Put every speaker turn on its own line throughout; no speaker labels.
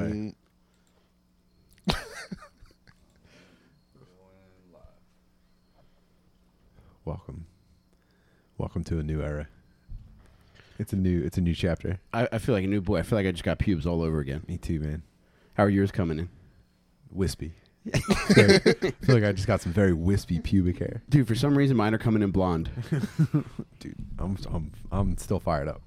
Um,
Welcome. Welcome to a new era. It's a new it's a new chapter.
I, I feel like a new boy. I feel like I just got pubes all over again.
Me too, man.
How are yours coming in?
Wispy. So, I feel like I just got some very wispy pubic hair.
Dude, for some reason, mine are coming in blonde.
Dude, I'm I'm I'm still fired up.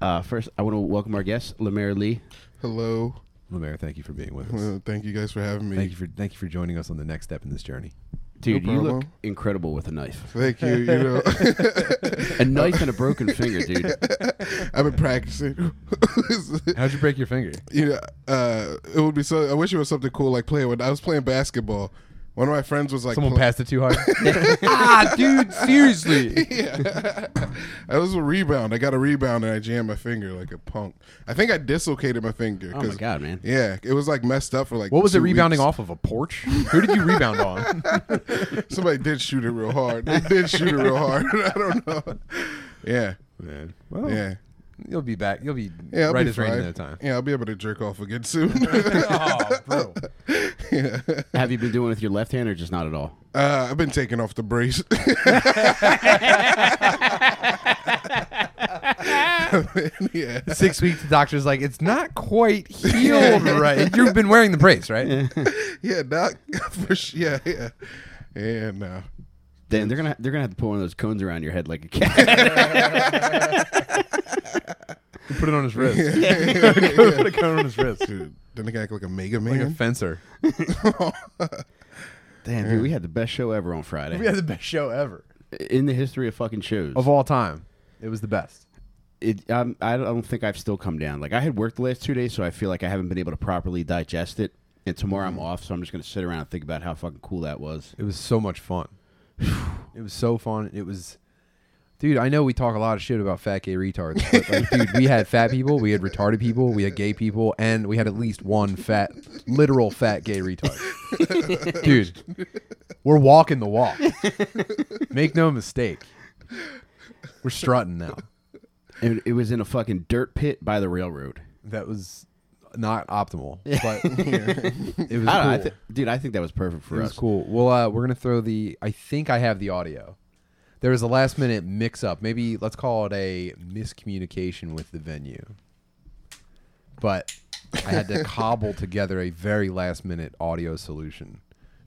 Uh, first, I want to welcome our guest, Lemaire Lee.
Hello.
Lemaire, thank you for being with us.
Uh, thank you guys for having me.
Thank you for thank you for joining us on the next step in this journey.
Dude,
No
you look
problem.
incredible with a knife.
Thank you. You know,
A knife and a broken finger, dude.
I've been practicing.
How'd you break your finger?
you know, uh, it would be so. I wish it was something cool like playing when I was playing basketball. One of my friends was like,
Someone
pl-
passed it too hard. ah, dude, seriously.
yeah. I was a rebound. I got a rebound and I jammed my finger like a punk. I think I dislocated my finger.
Oh my
'cause-
god, man.
Yeah, it was like messed up for like.
What was it
two
rebounding
weeks.
off of a porch? Who did you rebound on?
Somebody did shoot it real hard. They did shoot it real hard. I don't know. Yeah,
Man, well,
yeah.
you'll be back. You'll be
Yeah, I'll
right
be
as rain in
fine.
no time.
Yeah, I'll be able to jerk off again soon.
oh, bro.
Have you been doing it with your left hand or just not at all?
Uh, I've been taking off the brace. yeah.
Six weeks, the doctor's like, it's not quite healed right. You've been wearing the brace, right?
Yeah, doc. For sure. Yeah, yeah. Yeah, no.
Then they're gonna they're gonna have to put one of those cones around your head like a cat.
He put it on his wrist. put a cone on his wrist.
Dude, then they act like a mega
Like a
man.
fencer.
Damn, dude, we had the best show ever on Friday
the best show ever.
in the history of fucking shows.
Of all time. It was the best.
it, um, I don't think I've still come down. Like I had worked the last two days, so I feel like I haven't been able to properly digest it. And tomorrow I'm off, so I'm just gonna sit around and think about how fucking cool that was.
It was so much fun. it was so fun. It was Dude, I know we talk a lot of shit about fat gay retards, but like, dude, we had fat people, we had retarded people, we had gay people, and we had at least one fat, literal fat gay retard. dude, we're walking the walk. Make no mistake, we're strutting now.
And it was in a fucking dirt pit by the railroad.
That was not optimal, but it was
I don't know, I
cool.
thi- dude, I think that was perfect for
It
us.
was cool. Well, uh, we're gonna throw the. I think I have the audio. There was a last minute mix up. Maybe let's call it a miscommunication with the venue. But I had to cobble together a very last minute audio solution.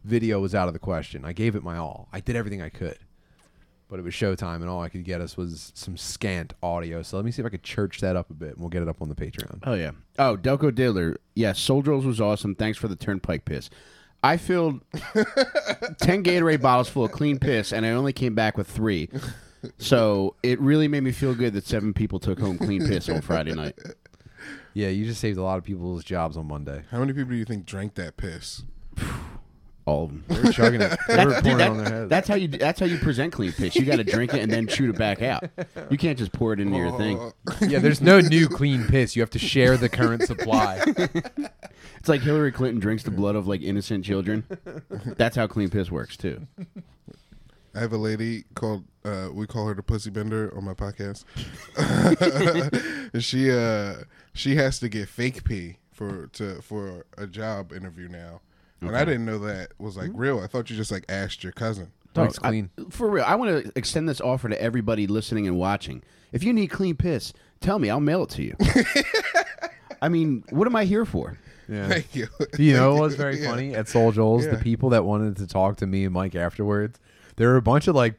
Video was out of the question. I gave it my all. I did everything I could. But it was showtime, and all I could get us was some scant audio. So let me see if I could church that up a bit, and we'll get it up on the Patreon.
Oh yeah. Oh, Delco Diddler. Yeah, Soul Drills was awesome. Thanks for the turnpike piss. I filled ten Gatorade bottles full of clean piss, and I only came back with three. So it really made me feel good that seven people took home clean piss on Friday night.
Yeah, you just saved a lot of people's jobs on Monday.
How many people do you think drank that piss?
All of them.
They were chugging it. They were pouring it on their heads.
That's how you. That's how you present clean piss. You got to drink it and then shoot it back out. You can't just pour it into your
Oh.
thing.
Yeah, there's no new clean piss. You have to share the current supply.
It's like Hillary Clinton drinks the blood of like innocent children. That's how clean piss works too.
I have a lady called uh, we call her the pussy bender on my podcast. she uh she has to get fake pee for to for a job interview now. And I didn't know that was
Hmm.
like real. I thought you just like asked your cousin.
Dog's
I-
clean.
for real, I want to extend this offer to everybody listening and watching. If you need clean piss, tell me. I'll mail it to you. I mean, what am I here for?
Yeah.
Thank you.
You know what was very funny at Soul Joel's? The people that wanted to talk to me and Mike afterwards, there were a bunch of like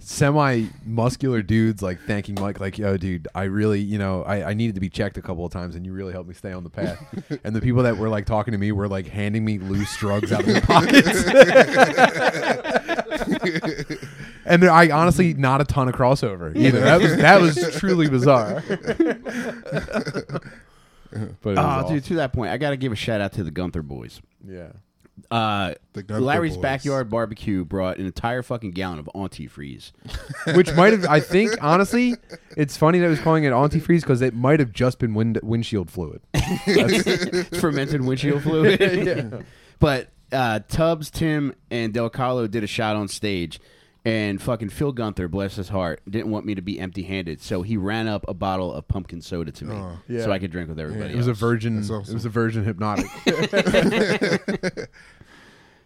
semi muscular dudes like thanking Mike, like, yo, dude, I really, you know, I, I needed to be checked a couple of times and you really helped me stay on the path. and the people that were like talking to me were like handing me loose drugs out of their pockets. and there, I honestly, not a ton of crossover either. That was, that was truly bizarre. but it was
Oh,
awesome.
dude, to that point, I got to give a shout out to the Gunther boys.
Yeah.
Uh,
The Gunther
Larry's
boys.
backyard barbecue brought an entire fucking gallon of antifreeze.
which might have I think honestly, it's funny that it was calling it antifreeze because it might have just been wind, windshield fluid.
fermented windshield fluid. But uh, Tubbs, Tim, and Del Carlo did a shot on stage, And fucking Phil Gunther, bless his heart, didn't want me to be empty handed, so he ran up a bottle of pumpkin soda to me,
Oh, Yeah.
so I could drink with everybody.
It was a
else.
virgin.
That's awesome.
It was a virgin hypnotic.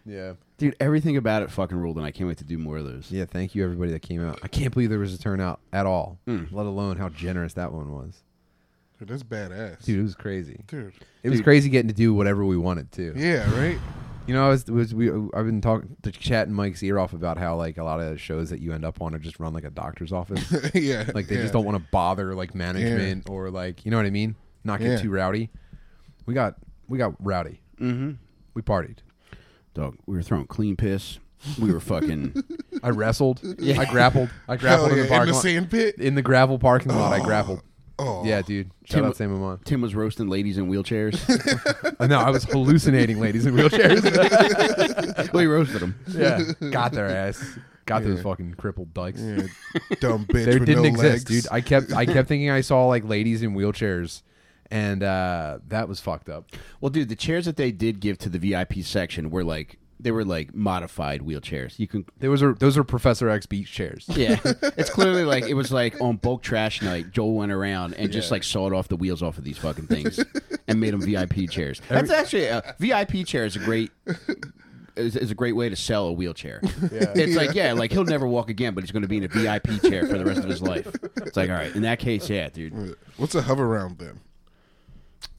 yeah.
dude. Everything about it fucking ruled, and I can't wait to do more of those.
Yeah. Thank you, everybody that came out. I can't believe there was a turnout at all, let alone how generous that one was.
Dude, that's badass.
Dude, it was crazy.
Dude.
It was crazy getting to do whatever we wanted to.
Yeah, right?
You know, I was, was we I've been talking to chat and Mike's ear off about how like a lot of shows that you end up on are just run like a doctor's office.
yeah.
like they
yeah.
just don't want to bother like management or like you know what I mean. Not get
Yeah.
too rowdy. We got we got rowdy. Mm-hmm. We partied.
Dog, we were throwing clean piss. We were fucking.
I wrestled. I grappled. I
Hell
grappled in
yeah,
the parking
in the
lot.
sand pit.
in the gravel parking lot, I grappled.
Oh.
Yeah, dude. Shout
Tim-
out Sam Amon.
Tim was roasting ladies in wheelchairs.
no, I was hallucinating ladies in wheelchairs.
well, he roasted them.
yeah, got their ass. Got those
Yeah.
fucking crippled dykes.
Yeah, dumb bitch
There
with
didn't
no
exist,
legs.
dude. I kept I kept thinking I saw like ladies in wheelchairs, and uh, that was fucked up.
Well, dude, the chairs that they did give to the VIP section were like they were like modified wheelchairs. You can.
There was a, those are Professor X beach chairs.
Yeah, it's clearly like it was like on bulk trash night. Joel went around and just like sawed off the wheels off of these fucking things and made them VIP chairs. That's actually uh, a VIP chair is a great is, is a great way to sell a wheelchair. It's like yeah, like he'll never walk again, but he's going to be in a VIP chair for the rest of his life. It's like all right, in that case, yeah, dude.
What's a hover round then?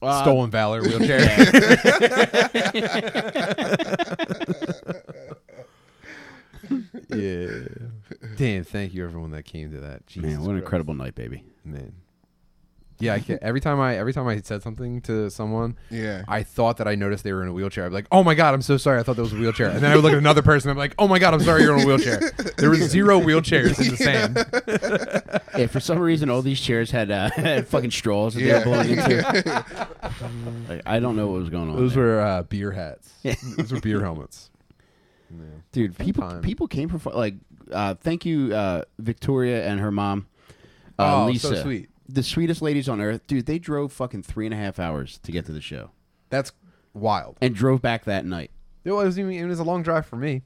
Uh,
Stolen Valor wheelchair. yeah. Damn, thank you everyone that came to that. Jesus
Man, what an incredible night, baby.
man. Yeah, I can, every time I every time I said something to someone,
Yeah.
I thought that I noticed they were in a wheelchair. I'd be like, "Oh my god, I'm so sorry. I thought that was a wheelchair." And then I would look at another person. I'm like, "Oh my god, I'm sorry, you're in a wheelchair." There were zero wheelchairs in the sand.
Yeah, for some reason, all these chairs had, uh, had fucking straws that
Yeah.
they were blowing into. like, I don't know what was going on.
Those
there.
were uh, beer hats. Those were beer helmets.
dude. People,
time.
people came from fu- like, uh, thank you, uh, Victoria and her mom,
Oh,
uh,
so
Lisa.
sweet.
The sweetest ladies on earth, dude. They drove fucking three and a half hours to get to the show
That's wild.
and drove back that night.
It was even it was a long drive for me.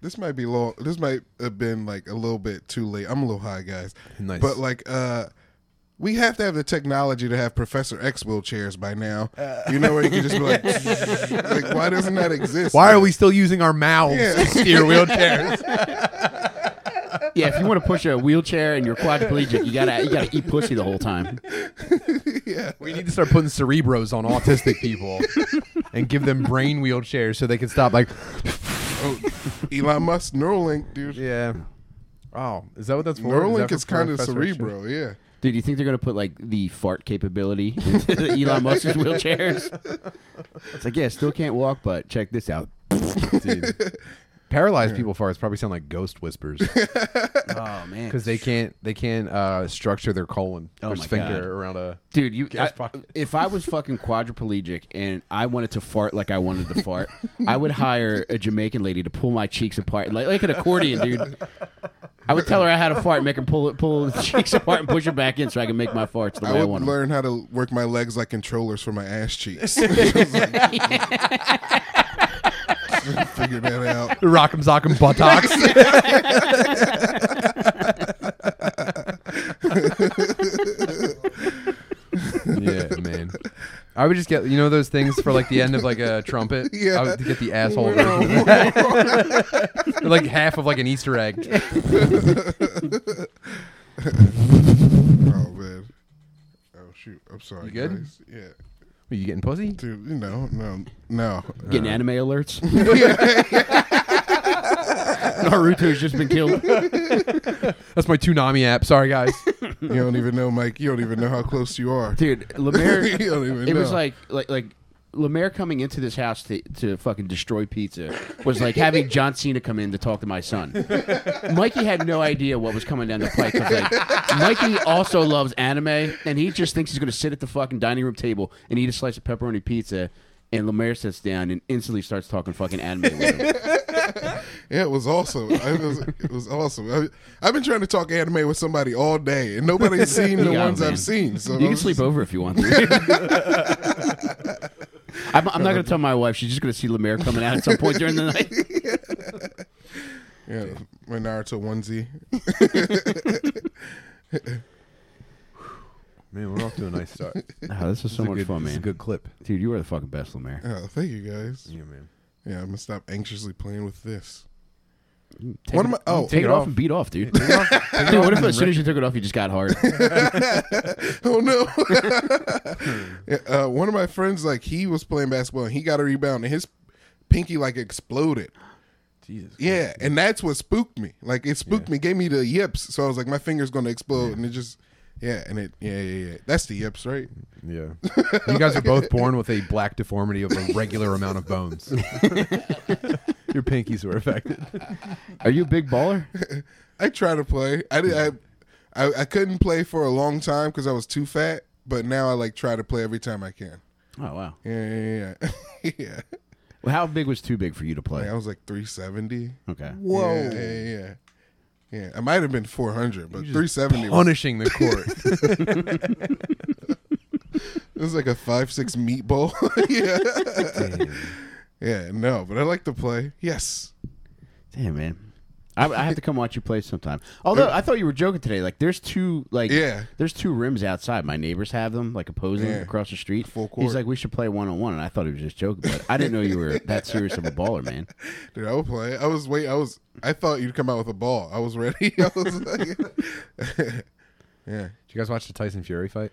This might be long. This might have been like a little bit too late. I'm a little high, guys.
Nice.
But like, uh, we have to have the technology to have Professor X wheelchairs by now.
Uh.
you know where you can just be like, like, why doesn't that exist?
Why are
man?
we still using our mouths
Yeah.
to steer wheelchairs?
Yeah, if you want to push a wheelchair and you're quadriplegic, you gotta you gotta eat pussy the whole time.
we need to start putting cerebros on autistic people and give them brain wheelchairs so they can stop like
Oh, Elon Musk Neuralink, dude.
Yeah. Oh, is that what that's for?
Neuralink
that
is
for
kind of
Professor X?
cerebro. Yeah.
Dude, you think they're gonna put like the fart capability into Elon Musk's wheelchairs? It's like, yeah, still can't walk, but check this out.
Dude. Paralyzed people farts probably sound like ghost whispers
Oh man,
because they can't they can't uh, structure their colon
Oh
or
my
sphincter
God.
around a.
dude, you.
Gas
I-
pocket.
if I was fucking quadriplegic and I wanted to fart like I wanted to fart, I would hire a Jamaican lady to pull my cheeks apart like like an accordion, dude. I would tell her I had a fart, make her pull it, pull the cheeks apart, and push it back in so I can make my farts the
I
way I
would
want them.
learn how to work my legs like controllers for my ass cheeks. Figure that out.
Rock'em sock'em buttocks. yeah, man. I would just get you know those things for like the end of like a trumpet.
Yeah.
I would get the asshole version. of that. They're like half of like an Easter egg.
Oh man. Oh shoot. I'm sorry.
You good?
guys. Yeah.
Are you getting pussy?
Dude, you know, no, no.
Getting
Uh-huh.
anime alerts. Naruto's just been killed.
That's my Toonami app. Sorry guys.
You don't even know, Mike. You don't even know how close you are.
dude lemaire
You don't even
it was
know.
like like like lemaire coming into this house to, to fucking destroy pizza was like having john cena come in to talk to my son mikey had no idea what was coming down the pike 'cause, like, mikey also loves anime and he just thinks he's going to sit at the fucking dining room table and eat a slice of pepperoni pizza and lemaire sits down and instantly starts talking fucking anime with him
Yeah, it was awesome. It was, it was awesome. I, I've been trying to talk anime with somebody all day, and nobody's seen the
You got
ones
him, man.
I've seen. So
you
I
can
was
sleep
just-
over if you want to I'm, I'm not going to tell my wife. She's just going to see Lemaire coming out at some point during the night.
Yeah, My Naruto onesie.
Man, we're off to a nice start.
Oh, this is so much
good,
fun,
this is a
man.
good clip.
Dude, you are the fucking best, Lemaire.
Oh, thank you guys.
Yeah, man.
Yeah, I'm gonna stop anxiously playing with this.
Take
What
it,
am I? Oh,
take
it
it off
off.
and beat off, dude. dude, what if as soon as you took it off, you just got hard?
oh no. Yeah, uh, one of my friends, like, he was playing basketball and he got a rebound and his pinky like exploded.
Jesus.
Yeah, and that's what spooked me. Like it spooked me, gave me the yips. So I was like, my finger's gonna explode, and it just, yeah, and it, yeah, yeah, yeah. That's the yips, right?
Yeah. You guys are both born with a black deformity of a regular amount of bones. Your pinkies were affected.
Are you a big baller?
I try to play. I did. I, I, I couldn't play for a long time because I was too fat. But now I like try to play every time I can.
Oh, wow.
Yeah, yeah, yeah, yeah. yeah.
Well, how big was too big for you to
Like,
play?
I was like three seventy.
Okay.
Whoa. Yeah, yeah, yeah. Yeah, I might have been four hundred, but three seventy was,
Punishing the court.
it was like a five six meatball. yeah, yeah, no, but I like to play. Yes,
Damn, man. I, I have to come watch you play sometime. Although I thought you were joking today. Like, there's two like
Uh, Yeah.
there's two rims outside. My neighbors have them, like opposing
Yeah.
across the street.
Full
He's
court.
like, we should play one on one, and I thought he was just joking, but I didn't know you were that serious of a baller, man.
Dude, I would play. I was wait. I was. I thought you'd come out with a ball. I was ready. I was like, yeah.
Did you guys watch the Tyson Fury fight?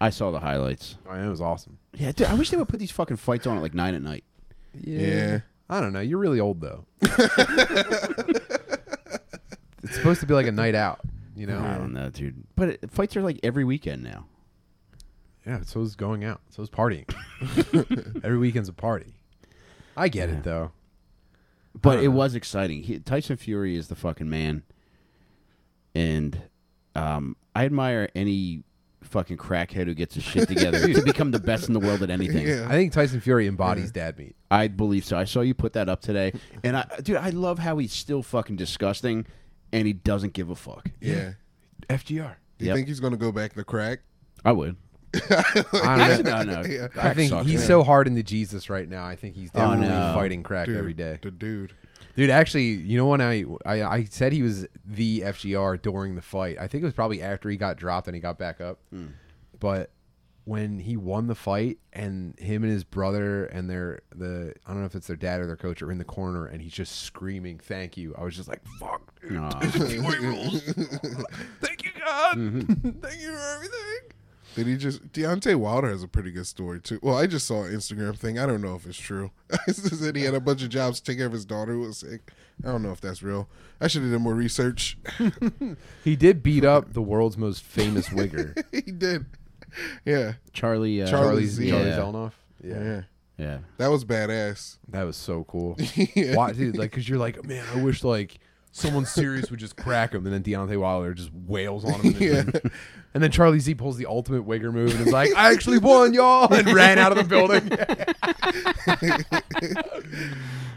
I saw the highlights.
Oh, yeah, it was awesome.
Yeah, dude. I wish they would put these fucking fights on at like nine at night.
Yeah.
I don't know. You're really old though. it's supposed to be like a night out, you know.
I don't know, dude. But it, fights are like every weekend now.
Yeah, so is going out. So is partying. Every weekend's a party. I get it though.
But it was exciting. He, Tyson Fury is the fucking man, and um, I admire any fucking crackhead who gets his shit together to become the best in the world at anything.
Yeah.
I think Tyson Fury embodies dad meat.
I believe so. I saw you put that up today, and I, dude, I love how he's still fucking disgusting, and he doesn't give a fuck.
Yeah.
FGR.
Do you
Yep.
think he's gonna go back to crack?
I would.
I don't know.
no, no.
Yeah.
I
Crack
think
sucks,
he's
man.
so hard into Jesus right now. I think he's definitely
no.
fighting crack every day.
The dude.
Dude, actually, you know when I, I I said he was the FGR during the fight. I think it was probably after he got dropped and he got back up.
Hmm.
But when he won the fight and him and his brother and their the I don't know if it's their dad or their coach are in the corner and he's just screaming thank you. I was just like fuck. dude.
Nah.
Thank you God.
Mm-hmm.
thank you for everything.
Did he just Deontay Wilder has a pretty good story too. Well, I just saw an Instagram thing. I don't know if it's true. it said he had a bunch of jobs to take care of his daughter who was sick. I don't know if that's real. I should have done more research.
He did beat up the world's most famous wigger,
he did. Yeah.
Charlie. Uh,
Charlie
Charlie's
Z.
Charlie
Yeah.
Zelnoff.
yeah.
Yeah.
That was badass.
That was so cool.
Yeah.
Why, dude? Like, cause you're like, man, I wish like someone serious would just crack him, and then Deontay Wilder just wails on him, and, then, and then Charlie Z pulls the ultimate wigger move and is like, I actually won, y'all, and ran out of the building.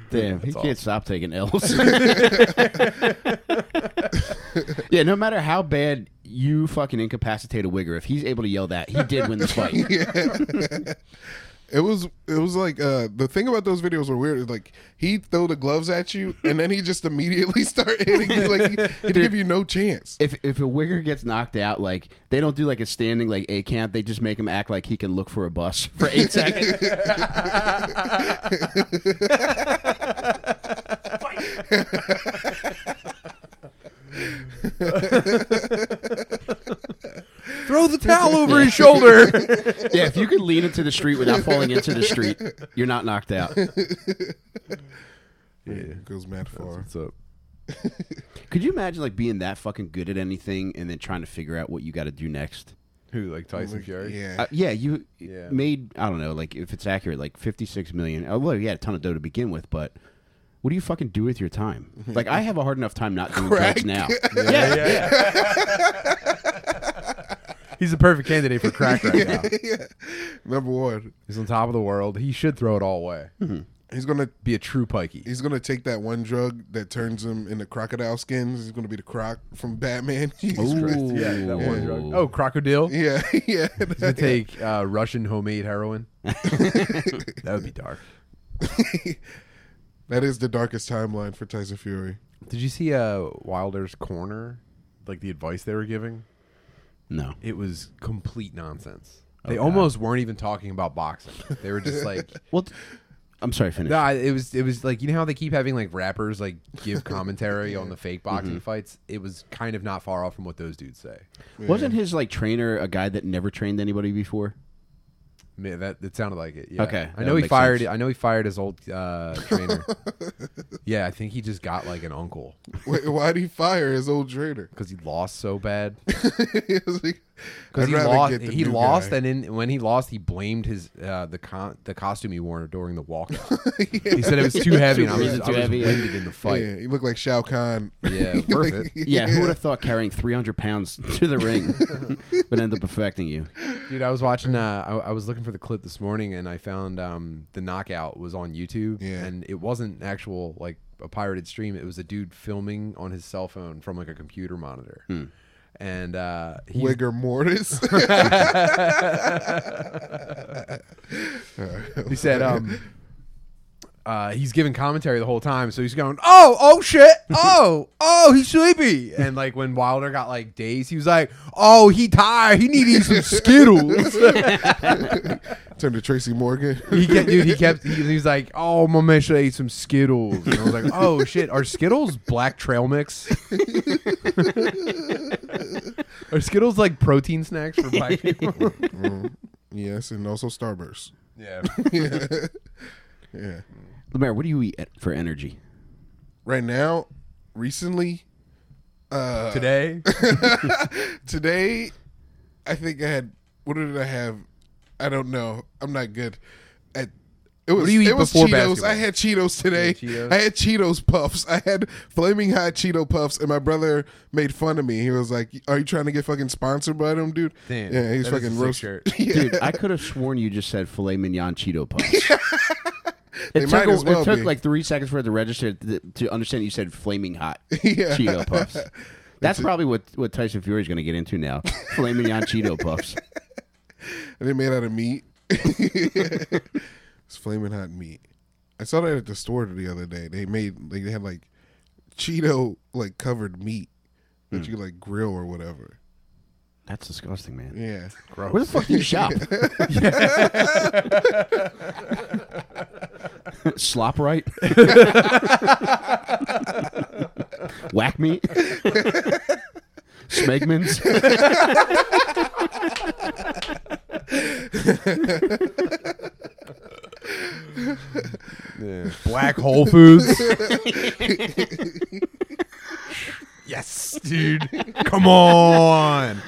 Damn, he
That's
can't stop taking L's. yeah, no matter how bad you fucking incapacitate a wigger, if he's able to yell that, he did win the fight.
It was it was like uh the thing about those videos were weird. is, Like he'd throw the gloves at you and then he just immediately start hitting you. Like he- he'd give you no chance.
If if a wigger gets knocked out, like they don't do like a standing like a count, they just make him act like he can look for a bus for eight seconds.
Throw the towel over his shoulder.
Yeah, if you can lean into the street without falling into the street, you're not knocked out.
Yeah, goes mad far.
What's up?
Could you imagine like being that fucking good at anything and then trying to figure out what you got to do next?
Who like Tyson Fury?
Oh Yeah,
Uh, yeah, you
Yeah.
made I don't know, like if it's accurate, like fifty six million. Oh, well, you had a ton of dough to begin with, but what do you fucking do with your time? Like I have a hard enough time not doing drugs
Crack.
now.
yeah, yeah. He's the perfect candidate for crack right now.
yeah. Number one,
He's on top of the world. He should throw it all away.
he's gonna
Be a true pikey.
he's gonna take that one drug that turns him into crocodile skins. He's gonna be the croc from Batman. Jesus Christ.
Mm-hmm. Ooh.
Yeah, that one drug. Oh, crocodile.
Yeah, yeah.
to take uh, Russian homemade heroin. that would be dark.
that is the darkest timeline for Tyson Fury.
Did you see uh, Wilder's corner? Like the advice they were giving,
No.
it was complete nonsense. They almost weren't even talking about boxing. They were just like,
Well, t- I'm sorry. Finish.
no, I- it was it was like you know how they keep having like rappers like give commentary on the fake boxing fights. It was kind of not far off from what those dudes say.
Wasn't his like trainer a guy that never trained anybody before?
Ma- that it sounded like it. Yeah.
Okay,
I
that
know he
makes
fired.
sense.
I know he fired his old uh, trainer. yeah, I think he just got like an uncle
Wait, why'd he fire his old trader?
because he lost so bad.
He was like,
Because
"I'd
he
rather
lost.
get the
He
new
lost,
guy."
and in, when he lost, he blamed his uh, the con- the costume he wore during the walkout. He said it was too heavy, and I was,
Is it
I
too
was
heavy?
winded in the fight.
Yeah, he looked like Shao Kahn.
Yeah, worth it.
Yeah, who would have thought carrying 300 pounds to the ring would end up affecting you?
Dude, I was watching. Uh, I, I was looking for the clip this morning, and I found um, the knockout was on YouTube.
Yeah.
and it wasn't actual like a pirated stream. It was a dude filming on his cell phone from like a computer monitor, and uh, he
Hmm. Wigger Mortis.
he said um, uh, he's giving commentary the whole time, so he's going, "Oh, oh shit, oh, oh, he's sleepy," and like when Wilder got like dazed, he was like, "Oh, he tired, he needed some skittles."
Turned to Tracy Morgan.
He kept, dude, he kept, he, he was like, oh, my man should eat some Skittles. And I was like, oh, shit, are Skittles black trail mix? are Skittles like protein snacks for black people?
yes, and also Starburst.
yeah.
Yeah.
Lemaire, what do you eat at- for energy?
Right now, recently, uh,
Today?
today, I think I had. What did I have? I don't know. I'm not good at. It was,
do you eat
it was
before
Cheetos.
basketball?
I had Cheetos today.
You had Cheetos?
I had Cheetos puffs. I had flaming hot Cheeto puffs, and my brother made fun of me. He was like, "Are you trying to get fucking sponsored by them, dude?"
Damn,
yeah, he's
that is a
fucking
sick
roast.
shirt.
Yeah.
Dude, I could have sworn you just said filet mignon Cheeto puffs. it took,
might
a-
as well
it took
be.
like three seconds for it to register th- to understand you said flaming hot
Yeah.
Cheeto puffs. That's probably what, what Tyson Fury's going to get into now. Filet mignon Cheeto puffs.
and they made out of meat. it's flaming hot meat. I saw that at the store the other day. They made like they had like Cheeto like covered meat that
Hmm.
you could like grill or whatever.
That's disgusting, man.
Yeah.
Where the fuck do you shop? Slop right? Whack me? Smegman's?
Yeah. Black Whole Foods? yes, dude. Come on.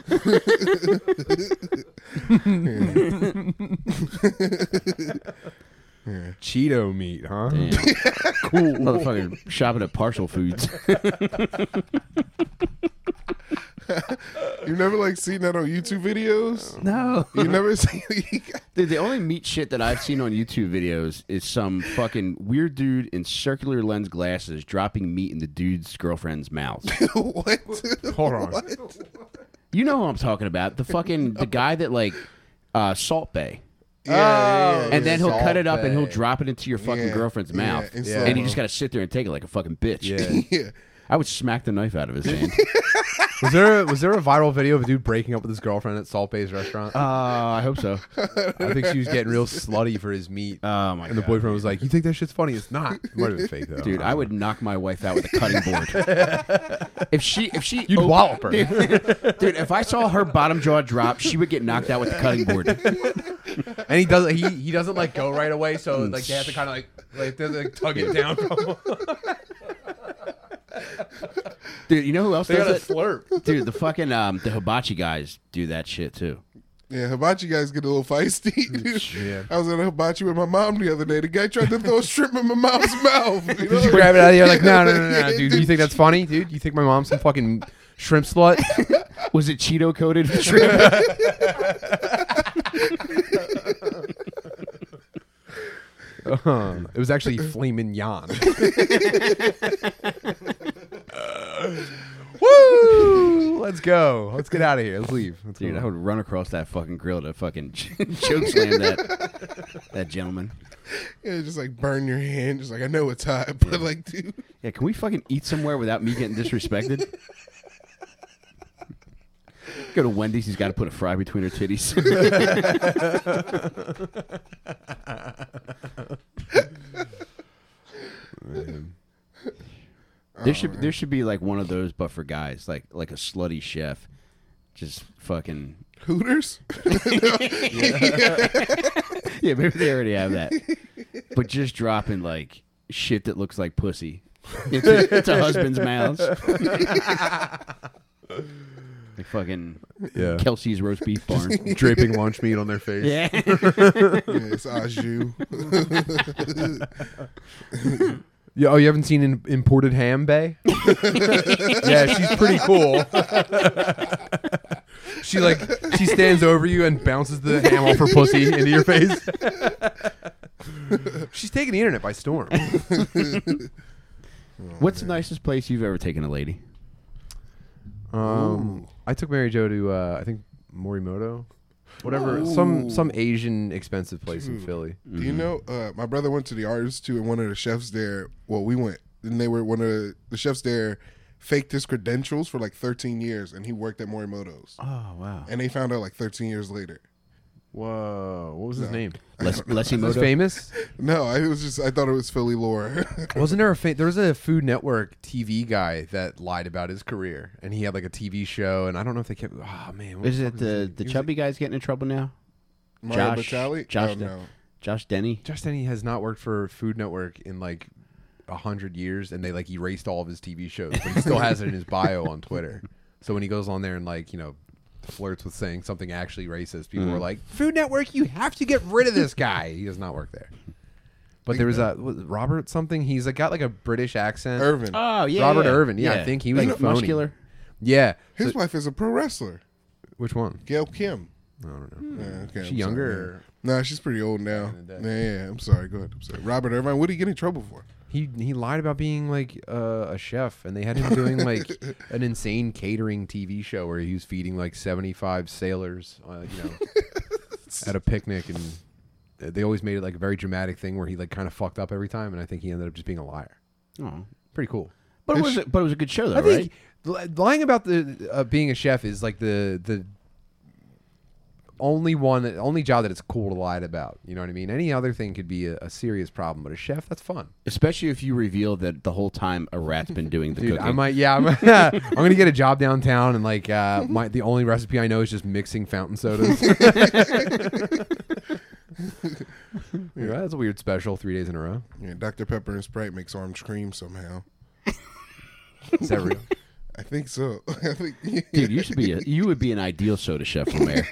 Cheeto meat, huh?
cool. Motherfucker shopping at Partial Foods.
You never like seen that on YouTube videos?
no.
You never seen
Dude, the only meat shit that I've seen on YouTube videos is some fucking weird dude in circular lens glasses dropping meat in the dude's girlfriend's mouth.
what?
Hold on.
You know who I'm talking about. The fucking the guy that like uh, Salt Bay.
Yeah, yeah, yeah,
And then he'll
Salt
cut it up and he'll
Bae.
drop it into your fucking
Yeah,
girlfriend's
yeah,
mouth.
in
And
slow-mo.
you just gotta sit there and take it like a fucking bitch.
Yeah.
yeah.
I would smack the knife out of his hand.
Was there a, was there a viral video of a dude breaking up with his girlfriend at Salt Bay's restaurant?
uh, I hope so.
I think she was getting real slutty for his meat.
Oh my
and the
god.
boyfriend was like, "You think that shit's funny? It's not. It might have been fake though,
Dude, I would knock my wife out with a cutting board. if she if she
You'd wallop her.
Dude, dude, if I saw her bottom jaw drop, she would get knocked out with a cutting board.
And he doesn't. He he doesn't like go right away. So like they have to kind of like like, they, like tug it down. From him.
Dude, you know who else
They gotta
does it?
slurp.
Dude, the fucking um the hibachi guys do that shit too.
Yeah, hibachi guys get a little feisty. Dude.
Yeah.
I was at a hibachi with my mom the other day. The guy tried to throw a shrimp in my mom's mouth. You know?
You grab it out of the air like, no, no, no, no,
Yeah,
dude. You think that's funny, dude? You think my mom's some fucking shrimp slut?
Was it Cheeto coated shrimp?
Uh-huh. It was actually flaming yon. Woo! Let's go. Let's get out of here. Let's leave. Let's
Dude,
go.
I would run across that fucking grill to fucking choke slam that that gentleman.
Yeah, just like burn your hand. Just like I know it's hot, but like, dude,
Yeah, can we fucking eat somewhere without me getting disrespected? Go to Wendy's. He's got to put a fry between her titties. there should there should be like one of those, but for guys, like like a slutty chef, just fucking.
Hooters.
Yeah, maybe they already have that, but just dropping like shit that looks like pussy into, into husband's mouths. like fucking
Yeah.
Kelsey's roast beef barn.
Draping lunch meat on their face.
yeah.
yeah, it's au jus.
Yeah, oh, you haven't seen in- imported ham bay? yeah, she's pretty cool. she like she stands over you and bounces the ham off her pussy into your face. she's taking the internet by storm.
What's the nicest place you've ever taken a lady?
Um, I took Mary Jo to uh, I think Morimoto, whatever, some some Asian expensive place in Philly.
Do you know? Uh, my brother went to the artist too, and one of the chefs there. Well, we went, and they were one of the, the chefs there. Faked his credentials for like 13 years, and he worked at Morimoto's.
Oh wow!
And they found out like 13 years later.
Whoa! What was his name?
Les- Lessie
He was
Moto.
famous.
No, I it was just I thought it was Philly lore.
Wasn't there a fa- there was a Food Network TV guy that lied about his career and he had like a TV show and I don't know if they kept. Oh man, what
Is
the
it
fuck
the the chubby guy's getting in trouble now?
Mario
Josh-
Batali?
Josh
oh,
Den-
no.
Josh Denny.
Josh Denny has not worked for Food Network in like a hundred years and they like erased all of his TV shows, but he still has it in his bio on Twitter. So when he goes on there and like you know flirts with saying something actually racist, people
Mm.
are like, Food Network, you have to get rid of this guy. He does not work there. But there was a was it Robert something. He's like got like a British accent.
Irvin.
Oh yeah,
Robert
yeah.
Irvin. Yeah, I think he was
like
a phony.
muscular.
Yeah. So-
His wife is a pro wrestler,
Which one?
Gail Kim.
I don't know.
Yeah, okay, I'm
Mm. She
sorry.
younger. or-
No, she's pretty old now.
in the
Yeah,
day.
yeah, I'm sorry. Go ahead. I'm sorry. Robert Irvine, what did he get in trouble for?
He he lied about being like uh, a chef, and they had him doing like an insane catering TV show where he was feeding like seventy five sailors, uh, you know, at a picnic, and they always made it like a very dramatic thing where he like kind of fucked up every time, and I think he ended up just being a liar.
Oh.
Pretty cool.
But it was but it was a good show though,
I
right?
think li- lying about the uh, being a chef is like the the only one that only job that it's cool to lie about. You know what I mean? Any other thing could be a, a serious problem, but a chef that's fun.
Especially if you reveal that the whole time a rat's been doing the
Dude,
cooking.
I might yeah, I'm, I'm gonna get a job downtown and like uh, my the only recipe I know is just mixing fountain sodas. Yeah, that's a weird special three days in a row.
Yeah, Dr. Pepper and Sprite makes orange cream somehow.
Is that real?
I think so. I think
Dude, you should be a, you would be an ideal soda chef, Lemaire.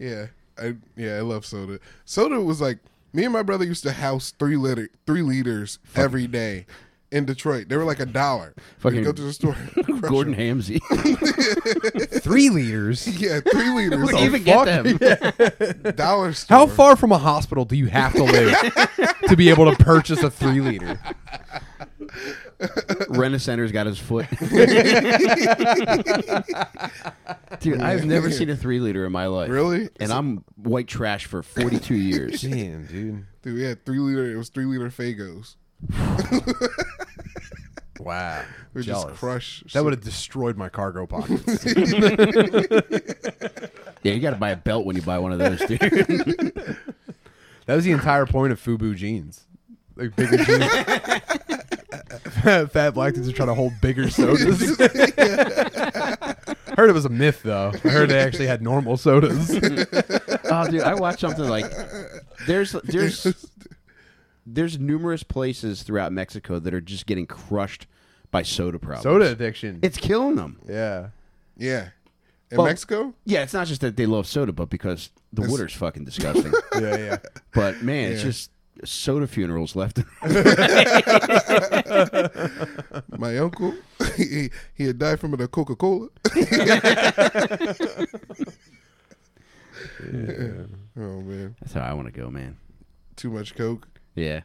Yeah, I yeah I love soda. Soda was like me and my brother used to house three liter three liters every day in Detroit. They were like a dollar.
Fucking
We'd go to the store. and crush
Gordon
them.
Ramsay.
Three liters.
Yeah, three liters.
Where do you even
fuck?
get them?
dollar store.
How far from a hospital do you have to live to be able to purchase a three liter?
Rena Center's got his foot. Dude, I've never seen a three liter in my life.
Really?
And I'm white trash for 42 years.
Damn, dude.
Dude, we had three liter. It was three liter Fagos.
Wow.
We just crush.
That would have destroyed my cargo pockets.
Yeah, you got to buy a belt when you buy one of those, dude.
that was the entire point of FUBU jeans. Like bigger jeans. Fat black dudes are trying to hold bigger sodas. heard it was a myth though. I heard they actually had normal sodas.
oh, dude, I watch something like there's there's there's numerous places throughout Mexico that are just getting crushed by soda problems.
Soda addiction.
It's killing them.
yeah.
yeah. In
Well-
Mexico,
Yeah, it's not just that they love soda, but because the water's fucking disgusting.
Yeah, yeah.
but man, it's
Yeah.
just soda funerals left. and right.
my uncle, he, he had died from the Coca Cola. Oh man,
That's how I want to go, man.
too much Coke.
Yeah.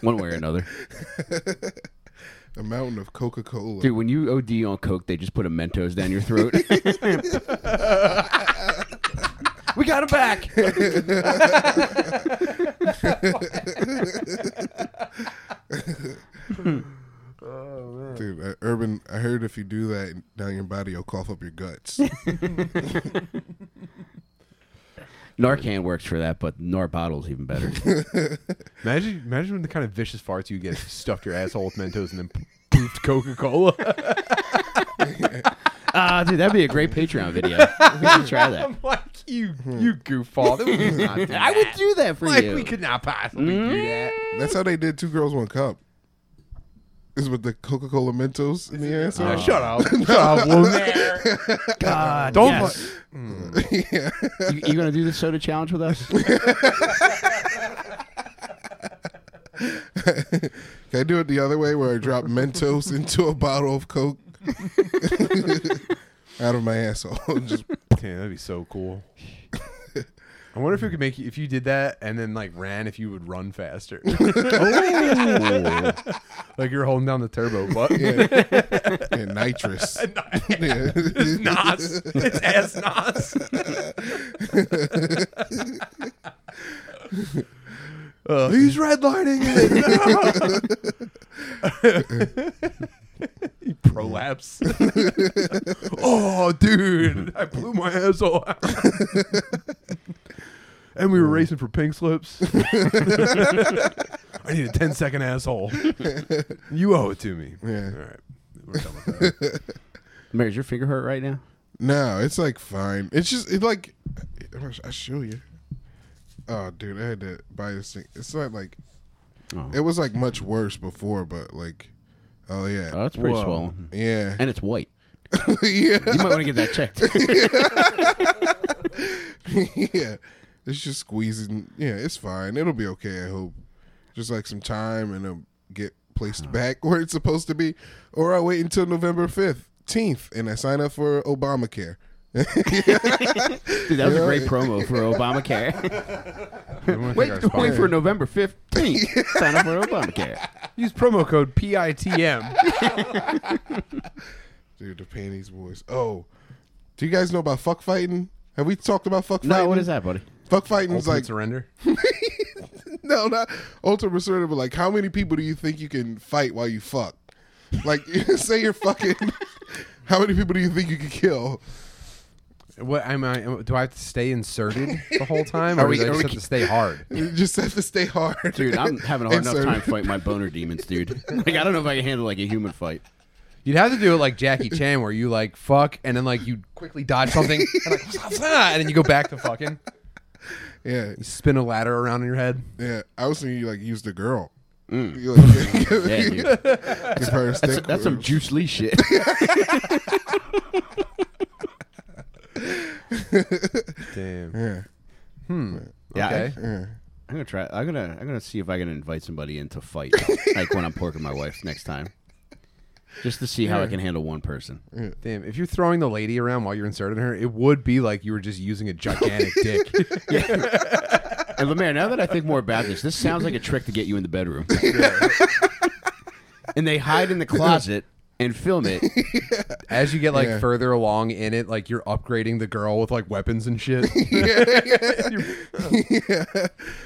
One way or another.
A mountain of Coca Cola.
Dude, when you OD on Coke, they just put a Mentos down your throat. we got him back.
Dude, uh, Urban, I heard if you do that down your body, you'll cough up your guts.
Narcan works for that, but Nar bottle's even better.
Imagine, imagine the kind of vicious farts you get if you stuffed your asshole with Mentos and then poofed Coca Cola.
Ah, dude, that'd be a great Patreon video. We should try that.
I'm like, you, you goofball. That Hmm. would not do
I would
that.
do that for
Like,
you.
we could not possibly do that.
That's how they did Two Girls, One Cup. Is with the Coca Cola Mentos in the asshole.
Now, shut up. Shut up, woman.
God,
Don't
yes. You, you gonna do the soda challenge with us?
Can I do it the other way where I drop Mentos into a bottle of Coke? Out of my asshole. Just
Damn, that'd be so cool. I wonder if it could make you, if you did that and then like ran, if you would run faster. like you're holding down the turbo button.
yeah. and nitrous. Yeah.
It's Nas. It's ass Nas. uh, he's redlining it. He Prolapse. oh, dude, I blew my asshole out. and we were racing for pink slips. I need a 10 second asshole. You owe it to me.
Yeah.
All right. We're done with that.
Mary, is your finger hurt right now?
No, it's like fine. It's just it like I show you. Oh, dude, I had to buy this thing. It's not like
Oh,
it was like much worse before, but like, oh yeah,
oh that's pretty
Whoa.
swollen,
yeah,
and it's white.
yeah,
You might want to get that checked.
yeah. It's just squeezing. Yeah, it's fine. It'll be okay. I hope. Just like some time, and it'll get placed back where it's supposed to be, or I wait until November fifteenth and I sign up for Obamacare.
Dude, that was a great promo for Obamacare. wait, wait for November fifteenth. Sign up for Obamacare.
Use promo code PITM.
Dude, the panties boys. Oh, do you guys know about fuck fighting? Have we talked about fuck fighting?
No, what is that, buddy?
Fuck fighting is like
surrender.
no, not ultra assertive, but like how many people do you think you can fight while you fuck? Like, say you're fucking. How many people do you think you could kill?
What am I? Do I have to stay inserted the whole time, or
Are we-
do I
are
just
we-
have to stay hard?
You just have to stay hard.
Dude, I'm having a hard enough
Insert-
time fighting my boner demons, dude. Like, I don't know if I can handle like a human fight.
You'd have to do it like Jackie Chan, where you like fuck, and then like you quickly dodge something, and, like, and then you go back to fucking.
Yeah,
You spin a ladder around in your head.
yeah. I was thinking you like use the girl. You, like, give-
Mm. Yeah, dude.
give her a stick.
That's some Juice Lee shit.
Damn.
yeah,
Yeah, I-
Okay.
yeah.
I'm gonna try. I'm gonna. I'm gonna see if I can invite somebody in to fight, like when I'm porking my wife next time, just to see how I can handle one person.
Damn. If you're throwing the lady around while you're inserting her, it would be like you were just using a gigantic dick.
And Lemaire, now that I think more about this, this sounds like a trick to get you in the bedroom. and they hide in the closet and film it.
As you get like
Yeah.
further along in it, like you're upgrading the girl with like weapons and shit.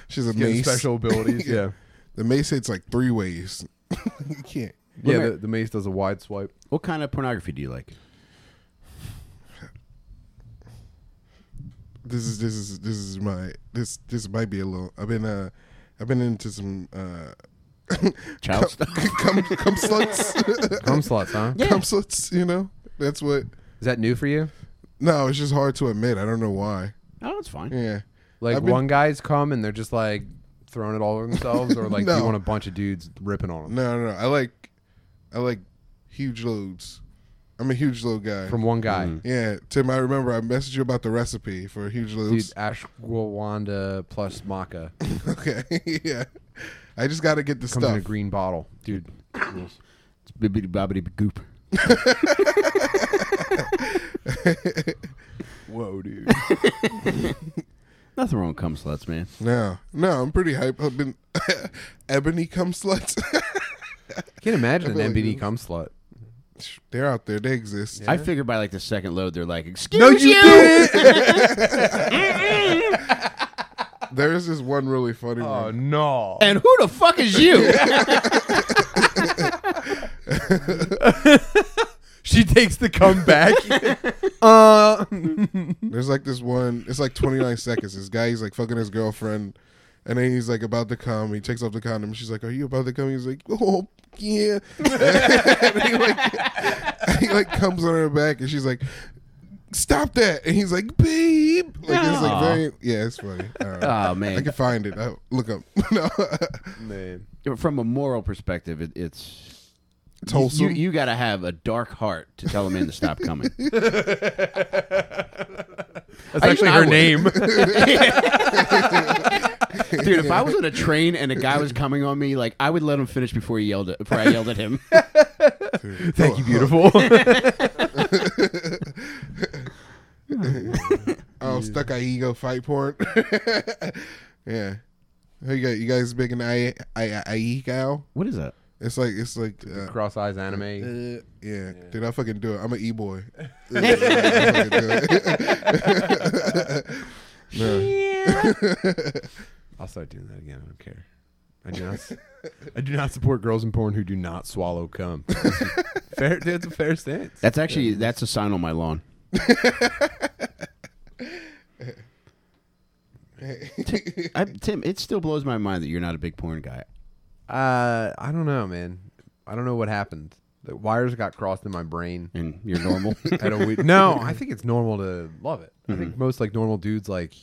She's a
Getting
mace.
special abilities. Yeah.
The mace hits like three ways. you can't.
Yeah, the, the mace does a wide swipe.
What kind of pornography do you like?
this is this is this is my this this might be a little i've been uh i've been into some uh
Child stuff.
cum cum sluts
Cum slots, huh?
cum sluts you know that's what
Is that new for you?
no it's just hard to admit i don't know why
Oh, it's fine.
yeah
Like
I've been-
one guy's come and they're just like throwing it all over themselves, or like
No.
you want a bunch of dudes ripping on them
no no no i like i like huge loads i'm a huge load guy
from one guy.
yeah tim i remember i messaged you about the recipe for huge
Dude,
loads
ashwagandha plus maca comes
okay yeah i just gotta get the
in a
stuff
green bottle, dude.
It's bibbidi bobbidi goop.
Whoa, dude.
Nothing wrong with cum sluts, man.
no no i'm pretty hype i've been ebony cum sluts
Can't imagine
I feel
an
like
MBD
this-
cum slut.
They're out there. They exist.
I figure by like the second load, they're like, "Excuse
No, you
you,
didn't.
There is this one really funny
Oh
one.
no!
And who the fuck is you?
she takes the comeback. uh,
There's like this one. It's like 29 seconds. This guy, he's like fucking his girlfriend, and then he's like about to come. He takes off the condom. She's like, "Are you about to come?" He's like, "Oh yeah." and he like, he like comes on her back, and she's like, "Stop that!" And he's like, "Babe." Like it's like
Aw.
very yeah, it's funny. I, don't know.
Oh
I
man,
can find it. I'll look up. no,
man,
from a moral perspective, it, it's
it's
you,
wholesome.
you got to have a dark heart to tell a man to stop coming.
that's
I-
actually
I
her
would.
name.
Dude, if I was on a train and a guy was coming on me, like I would let him finish before he yelled at, before I yelled at him.
Thank you, beautiful.
Oh, stuck I ego fight porn. yeah. Hey, you guys, you guys big in I I I ego?
What is that?
It's like it's like uh,
Cross eyes
uh,
anime.
yeah. dude, I fucking do it. I'm an e boy. no.
I'll start doing that again. I don't care. I do not. I do not support girls in porn who do not swallow cum. fair. That's a fair stance.
That's actually that's a sign on my lawn. Ti- I, Tim, it still blows my mind that you're not a big porn guy.
Uh, I don't know, man. I don't know what happened. The wires got crossed in my brain.
and you're normal.
At a we- no, I think it's normal to love it. I think most like normal dudes like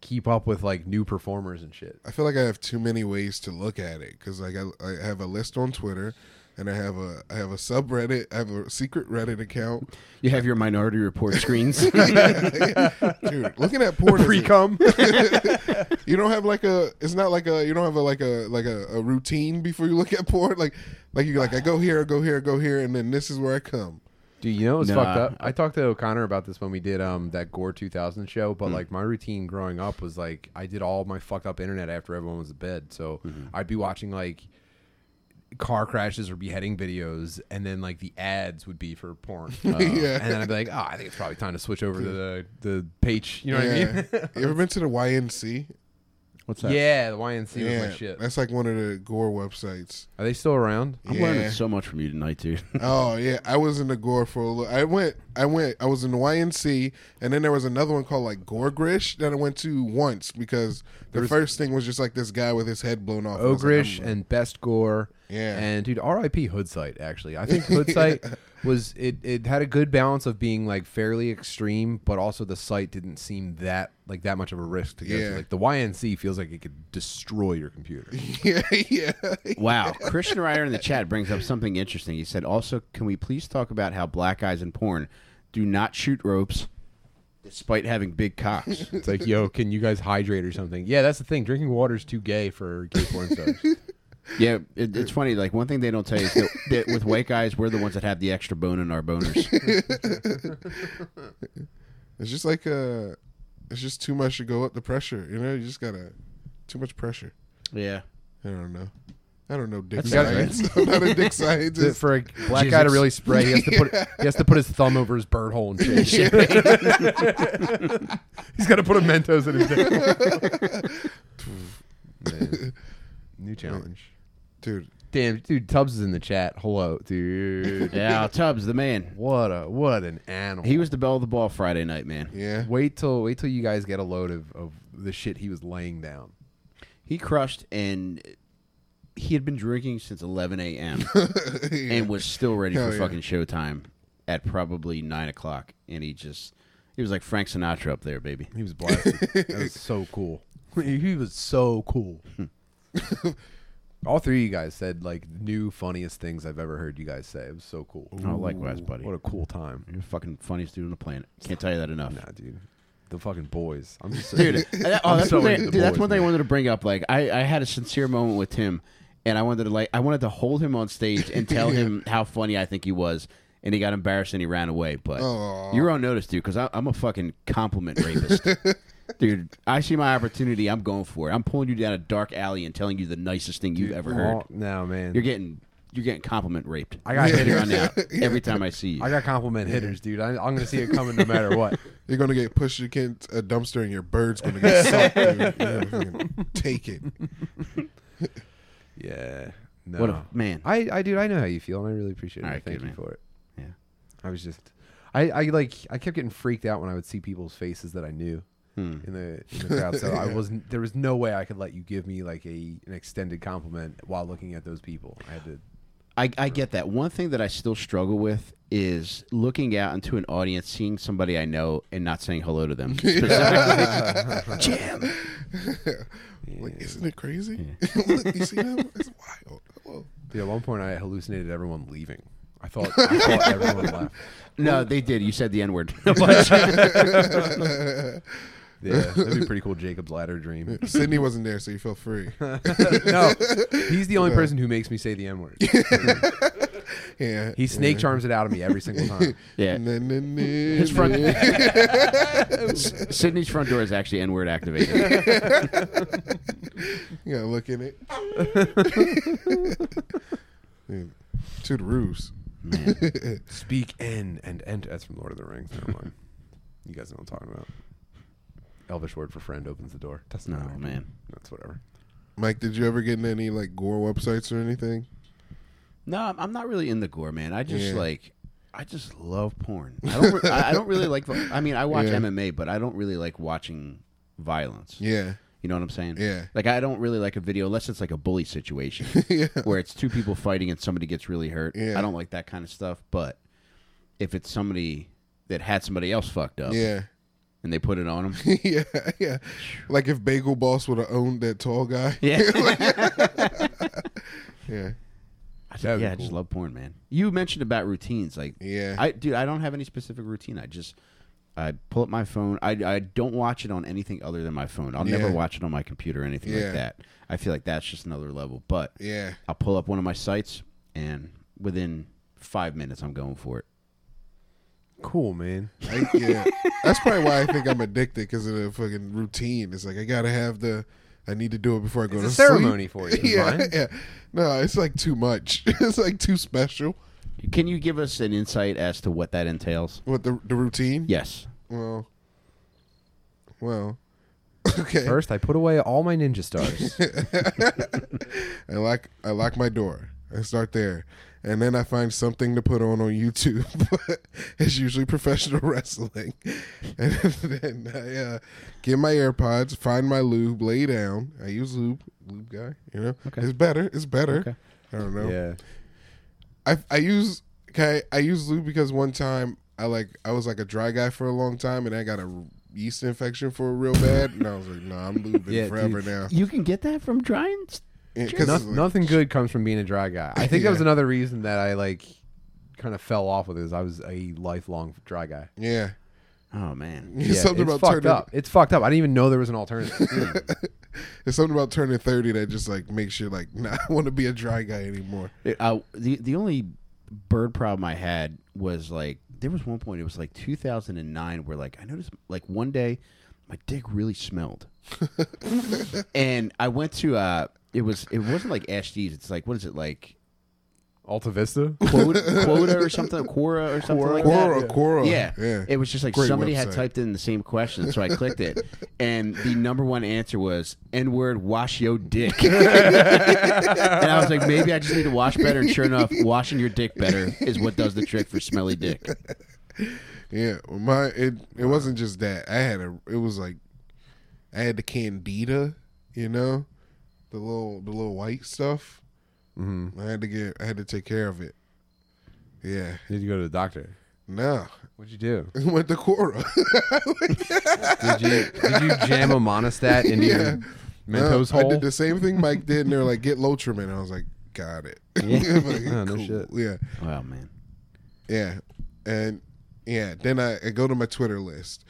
keep up with like new performers and shit.
I feel like I have too many ways to look at it because like I, I have a list on Twitter, and I have a I have a subreddit. I have a secret Reddit account.
you have your minority report screens.
Dude, looking at porn is
Pre
a-
cum.
you don't have like a it's not like a you don't have a like a like a, a routine before you look at porn like like you're like i go here I go here I go here and then this is where i come
Dude, you know what's
Nah.
fucked up? I talked to O'Connor about this when we did um that Gore 2000 show, but like my routine growing up was like I did all my fucked up internet after everyone was in bed. So I'd be watching like car crashes or beheading videos, and then like the ads would be for porn.
Yeah.
And then I'd be like, oh, I think it's probably time to switch over to the, the page. You know what I mean?
you ever been to the ync
What's
yeah, the YNC was my shit.
that's like one of the gore websites
Are they still around?
I'm
yeah.
learning so much from you tonight, dude.
oh yeah i was in the gore for a little i went i went i was in the ync and then there was another one called like gore grish that i went to once because the first thing was just like this guy with his head blown off I was like,
Ogrish
I'm-
and Best Gore.
Yeah.
And dude, R.I.P. Hoodsight. Actually, I think Hoodsight was it. It had a good balance of being like fairly extreme, but also the site didn't seem that like that much of a risk to go
Yeah.
to. Like the YNC feels like it could destroy your computer.
yeah yeah
Wow. Christian Ryder in the chat brings up something interesting. He said, also, can we please talk about how black guys in porn do not shoot ropes despite having big cocks?
It's like, yo, can you guys hydrate or something? Yeah, that's the thing. Drinking water's too gay for gay porn stars.
yeah, it, it's funny. Like, one thing they don't tell you is that, that with white guys, we're the ones that have the extra bone in our boners.
It's just like uh it's just too much to go up the pressure. You know, you just gotta too much pressure.
yeah.
I don't know. I don't know dick
That's
science. I'm not a dick
That
scientist.
for a black guy to
Jesus.
really spray, he has to put he has to put his thumb over his bird hole and shit. He's got to put a Mentos in his dick. Man. New challenge.
Dude,
Damn, dude, Tubbs is in the chat. Hello, dude.
Yeah, Tubbs, the man.
What a what an animal.
He was the bell of the ball Friday night, man.
yeah.
wait till wait till you guys get a load of, of the shit he was laying down.
He crushed, and he had been drinking since 11 a.m.
yeah.
and was still ready
Hell
for
yeah.
fucking showtime at probably nine o'clock, and he just he was like Frank Sinatra up there, baby.
He was blasted. that was so cool. He was so cool. All three of you guys said like new funniest things I've ever heard you guys say. It was so cool.
Oh, likewise, buddy.
What a cool time.
You're the fucking funniest dude on the planet. Can't tell you that enough.
Nah, dude. The fucking boys. I'm just
Dude, that- oh,
I'm
that's,
so
one thing,
into the
dude, that's
boys,
one thing I
man.
wanted to bring up. Like, I, I had a sincere moment with Tim, and I wanted to like I wanted to hold him on stage and tell him how funny I think he was, and he got embarrassed and he ran away. But
Aw.
you're on notice, dude, because I'm a fucking compliment rapist, dude. I see my opportunity, I'm going for it. I'm pulling you down a dark alley and telling you the nicest thing you've ever heard.
Oh, no, man.
You're getting you're getting compliment raped.
I got
From
hit.
here on out every time I see you.
I got compliment hitters, dude. I, I'm gonna see it coming no matter what.
You're gonna get pushed against a dumpster, and your bird's gonna get sucked. dude. You're gonna fucking take it.
Yeah. No.
What a man.
I, I, dude, I know how you feel, and I really appreciate it.
All
and
right,
Thank
good,
you
man.
for it.
Yeah.
I was just, I, I like, I kept getting freaked out when I would see people's faces that I knew
Hmm.
in the, in the crowd. So I wasn't. There was no way I could let you give me like a an extended compliment while looking at those people. I had to.
I, I get that. One thing that I still struggle with is looking out into an audience, seeing somebody I know, and not saying hello to them. Specifically, Jim.
Like, isn't it crazy? Look, you see that? It's wild. Whoa.
Dude, at one point, I hallucinated everyone leaving. I thought, I thought everyone left.
No, they did. You said the N word.
Yeah, that'd be pretty cool. Jacob's ladder dream.
Sydney wasn't there, so you felt free.
no, he's the only person who makes me say the n word.
Yeah.
He snake charms it out of me every single time.
yeah. His
His
front, S- Sydney's front door is actually N word activated.
You gotta look in it. Dude, to the roofs.
Speak N and end. That's from Lord of the Rings. Never mind. you guys know what I'm talking about. Elvish word for friend opens the door. That's
No,
not it.
man.
That's whatever.
Mike, did you ever get into any like gore websites or anything?
No, I'm- I'm not really in the gore, man. I just
Yeah.
like, I just love porn. I don't, re- I I don't really like. the- I mean, I watch
Yeah.
MMA, but I don't really like watching violence.
Yeah.
You know what I'm saying?
Yeah.
Like I don't really like a video unless it's like a bully situation
yeah.
where it's two people fighting and somebody gets really hurt.
Yeah.
I don't like that kind of stuff. But if it's somebody that had somebody else fucked up
Yeah.
and they put it on them,
yeah. Yeah. Like if Bagel Boss would have owned that tall guy.
yeah,
Yeah.
I just, yeah,
That'd be
I just
cool.
love porn, man. You mentioned about routines, like
Yeah.
I dude, I don't have any specific routine. I just I pull up my phone. I I don't watch it on anything other than my phone. I'll never
Yeah.
watch it on my computer or anything
Yeah.
like that. I feel like that's just another level. But
yeah.
I'll pull up one of my sites, and within five minutes, I'm going for it.
Cool, man.
I, yeah. That's probably why I think I'm addicted because of the fucking routine. It's like I gotta have the. I need to do it before I go
It's
to
a
sleep.
ceremony for you.
yeah,
Ryan.
yeah. No, it's like too much. it's like too special.
Can you give us an insight as to what that entails?
What the the routine?
Yes.
Well. Well. Okay.
First, I put away all my ninja stars.
I lock I lock my door. I start there, and then I find something to put on on YouTube. it's usually professional wrestling, and then I uh, get my AirPods, find my lube, lay down. I use lube, lube guy. You know,
Okay.
it's better. It's better.
Okay.
I don't know.
yeah.
I I use okay. I use lube because one time I like I was like a dry guy for a long time, and I got a yeast infection for real bad, and I was like, no, nah, I'm lubing
Yeah,
forever
dude.
now.
You can get that from drying.
Yeah, 'cause
No-
it's like-
nothing good comes from being a dry guy. I think that was
Yeah.
another reason that I like kind of fell off with it. Is I was a lifelong dry guy.
yeah.
Oh man.
It's
it's
something about
fucked
turning
up. It's fucked up. I didn't even know there was an alternative.
There's something about turning 30 that just like makes you like not want to be a dry guy anymore.
Uh, the the only bird problem I had was like there was one point it was like 2009 where like I noticed like one day my dick really smelled, and I went to uh it was it wasn't like Ash D's it's like what is it like
Alta Vista.
quota, quota or something Quora or something like that
Quora, Quora.
Yeah.
Yeah.
It was just like
Great
somebody
website.
had typed in the same question, so I clicked it. And the number one answer was N word, wash your dick. and I was like, maybe I just need to wash better. And sure enough, washing your dick better is what does the trick for smelly dick.
yeah. Well, my it it wasn't just that. I had a it was like I had the candida, you know, the little the little white stuff. Mm-hmm. I had to get I had to take care of it. Yeah.
Did you go to the doctor?
No.
What'd you do?
It went to Quora.
Did you did you jam a monostat into
Yeah.
your Mentos
No, I
hole?
did the same thing Mike did, and they're like, "Get Lotrimin." I was like, "Got it." Like,
Oh, no
cool.
shit.
Yeah.
Wow, man.
Yeah, and yeah, then I, I go to my Twitter list,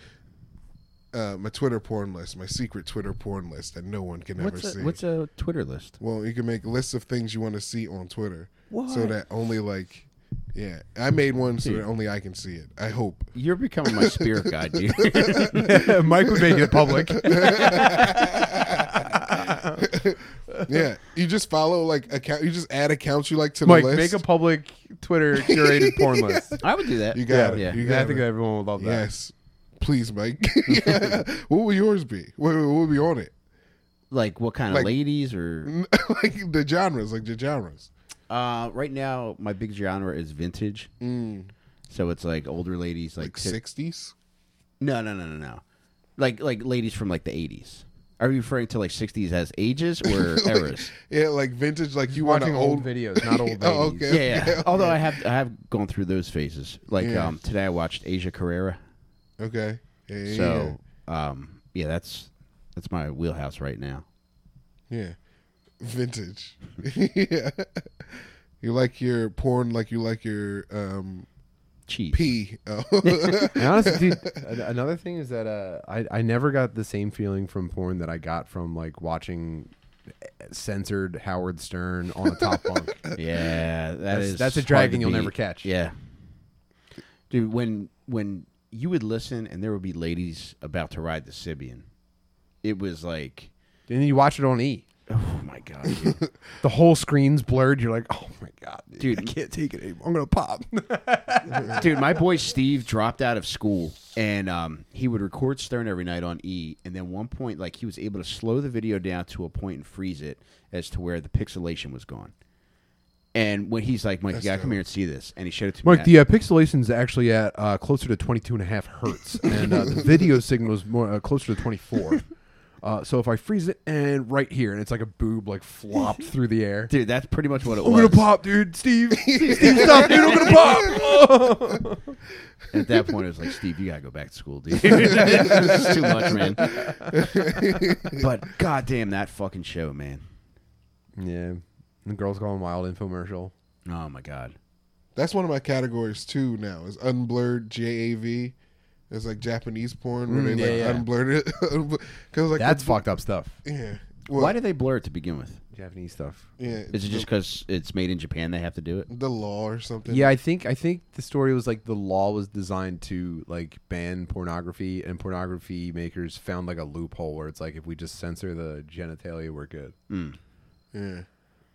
uh, my Twitter porn list, my secret Twitter porn list that no one can
What's
ever
a,
see.
what's a Twitter list?
well, you can make lists of things you want to see on Twitter, so that only like, yeah, I made one so that only I can see it. I hope.
You're becoming my spirit guide, dude.
Mike would make it public.
Yeah, you just follow like account. You just add accounts you like to the
Mike,
list.
make a public Twitter curated porn list.
I would do that.
you got
Yeah.
it. You
I
got
think
it.
everyone would love that.
Yes, please, Mike. Yeah. What will yours be? What, what will be on it?
Like what kind of
Like-
ladies or?
like the genres, like the genres.
Uh, right now, my big genre is vintage. So it's like older ladies, like,
Like
tip-
sixties.
no, no, no, no, no, like like ladies from like the eighties. Are you referring to like sixties as ages or eras?
Yeah, like vintage. Like you want
Watching
an
old
old.
videos, not old
Oh,
ladies.
Yeah,
okay.
yeah. Although I have I have gone through those phases. Like
Yeah.
um, today, I watched Asia Carrera.
Okay. Yeah,
So um, yeah, that's that's my wheelhouse right now.
yeah. yeah. vintage. yeah. You like your porn like you like your um
Cheese.
pee. Oh.
And honestly, dude, an- another thing is that uh, I I never got the same feeling from porn that I got from like watching eh, censored Howard Stern on a top bunk.
Yeah, that
That's-
is
that's a
hard
dragon
to
you'll
beat.
never catch.
Yeah, dude. When when you would listen, and there would be ladies about to ride the Sibian, it was like,
And then you watch it on E.
oh my god, dude.
The whole screen's blurred. You're like, oh my god, dude,
Dude.
I can't take it anymore. I'm gonna pop.
Dude, My boy Steve dropped out of school, and um, he would record Stern every night on E. And then one point, like he was able to slow the video down to a point and freeze it as to where the pixelation was gone. And when he's like, Mike, you gotta come here and see this, and he showed it to
Mike,
me.
the uh, pixelation's actually at uh, closer to 22 and a half hertz, and uh, the video signal's more uh, closer to 24. Uh, so if I freeze it and right here, and it's like a boob like flopped through the air.
dude, that's pretty much what it
I'm
was.
gonna pop, dude. Steve, Steve, stop, dude. I'm gonna pop.
At that point, it was like, Steve, you gotta go back to school, dude. this is too much, man. but goddamn, that fucking show, man.
yeah, the girls going wild infomercial.
Oh my god.
That's one of my categories too now is unblurred JAV. It's like Japanese porn where
Mm,
they like
yeah, yeah.
unblurred it. Cuz like
That's fucked up stuff.
yeah. Well,
Why do they blur it to begin with?
Japanese stuff.
yeah,
Is it just because it's made in Japan? They have to do it.
the, the law or something?
Yeah, I think I think the story was like the law was designed to like ban pornography, and pornography makers found like a loophole where it's like if we just censor the genitalia, we're good,
Yeah.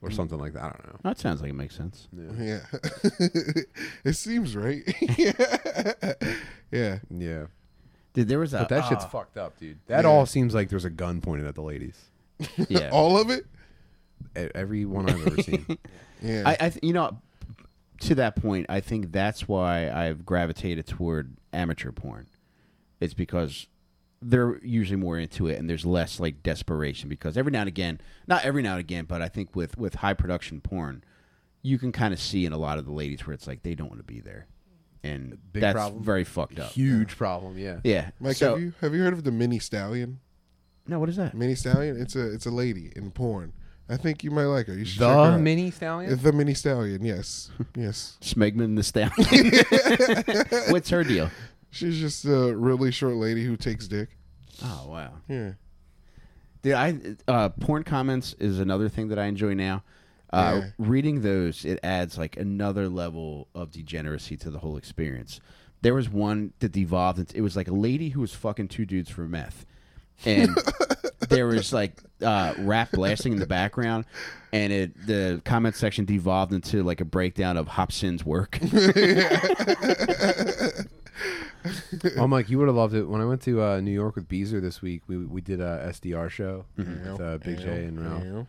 or something like that. I don't know.
That sounds like it makes sense.
Yeah. it seems right. yeah.
Yeah, Ah.
Dude, there was a Ah.
but that shit's fucked up, dude. That all seems like there's a gun pointed at the ladies.
yeah.
All of it?
E- Every one I've ever seen.
Yeah.
I, I th- you know, to that point, I think that's why I've gravitated toward amateur porn. It's because they're usually more into it, and there's less like desperation. Because every now and again, not every now and again, but I think with with high production porn, you can kind of see in a lot of the ladies where it's like they don't want to be there, and
Big
that's
problem.
very fucked up.
Huge problem. Yeah.
Yeah,
Mike,
so
have you have you heard of the mini stallion?
no, what is that?
Mini stallion? It's a it's a lady in porn. I think you might like her. You should check her
The
out.
mini stallion.
the mini stallion, yes. Yes.
Smegman the Stallion. What's her deal?
She's just a really short lady who takes dick.
Oh wow.
Yeah.
Dude, I uh, porn comments is another thing that I enjoy now. Uh,
Yeah.
Reading those, it adds like another level of degeneracy to the whole experience. There was one that devolved. Into, it was like a lady who was fucking two dudes for meth, and there was like uh, rap blasting in the background, and it the comment section devolved into like a breakdown of Hobson's work.
Oh, Mike, you would have loved it. When I went to uh, New York with Beezer this week, we we did a SDR show with uh, Big J and Ralph,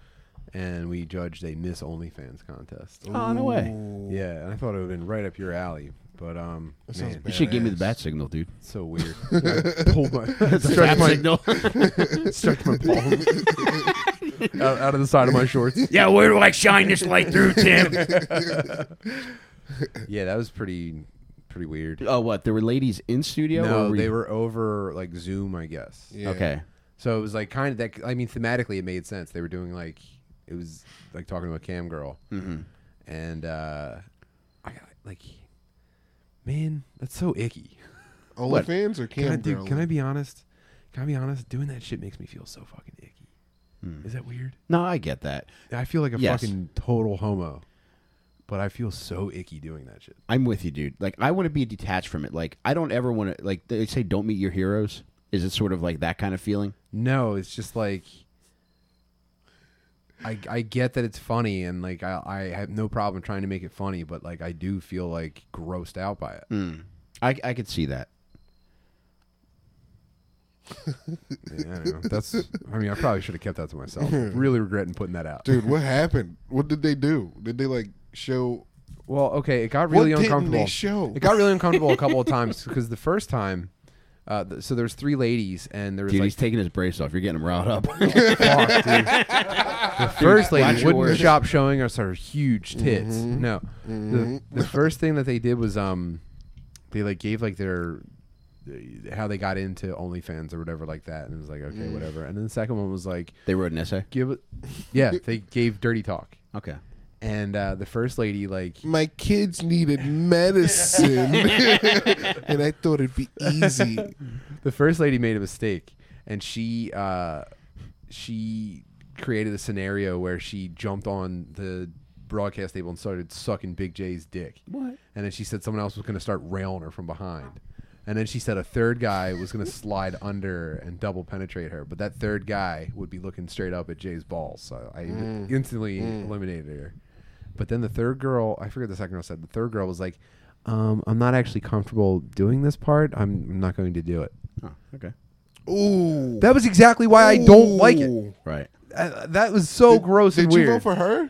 and we judged a Miss OnlyFans contest.
oh no way!
Yeah, and I thought it would have been right up your alley, but um,
That sounds
man,
You
bad.
it's
should give me the
Badass.
bat signal, dude.
so weird. I pulled my stretched
Bat
my,
signal.
stretched my palm out, out of the side of my shorts.
yeah, where do I shine this light through, Tim?
Yeah, that was pretty pretty weird.
Oh, what? There were ladies in studio? or
No,
were
they
you-
were over like Zoom, I guess.
Yeah.
Okay.
So it was like kind of that. I mean, thematically, it made sense. They were doing like it was like talking to a cam girl,
Mm-hmm.
and uh, I got like, man, that's so icky.
What?
OnlyFans or
Can I,
cam
dude,
girl?
can I be honest? Can I be honest? Doing that shit makes me feel so fucking icky.
Hmm.
Is that weird?
No, I get that.
I feel like a
Yes.
fucking total homo, but I feel so icky doing that shit.
I'm with you, dude. Like, I want to be detached from it. Like, I don't ever want to, like, they say don't meet your heroes. Is it sort of like that kind of feeling?
No, it's just like I, I get that it's funny and like I, I have no problem trying to make it funny, but like I do feel like grossed out by it.
I I could see that.
Yeah, I don't know. That's I mean I probably should have kept that to myself. really regretting putting that out.
Dude, what happened? What did they do? Did they like show?
Well, okay, it got really
what
uncomfortable.
didn't they show?
It got really uncomfortable a couple of times because the first time, uh, th- so there's three ladies and there was
Dude,
like
he's taking his brace off. You're getting him riled up.
fuck, dude. The first
watch Mm-hmm.
lady
your
wouldn't
words.
stop showing us her huge tits. No,
Mm-hmm.
the, the first thing that they did was um, they like gave like their how they got into OnlyFans or whatever like that, and it was like
Mm.
okay, whatever. And then the second one was like
they wrote an essay.
give it, yeah, they gave dirty talk.
Okay.
And uh, the first lady like
My kids needed medicine, and I thought it'd be easy.
the first lady made a mistake and she uh she created a scenario where she jumped on the broadcast table and started sucking big j's dick
What?
and then she said someone else was going to start railing her from behind and then she said a third guy was going to slide under and double penetrate her but that third guy would be looking straight up at jay's balls so i
Mm.
instantly eliminated her but then the third girl i forget the second girl said the third girl was like um, i'm not actually comfortable doing this part i'm, I'm not going to do it
Oh, okay.
Ooh,
that was exactly why I don't like it.
Ooh.
Right.
Uh, that was so gross
Did
and
you
weird.
vote for her,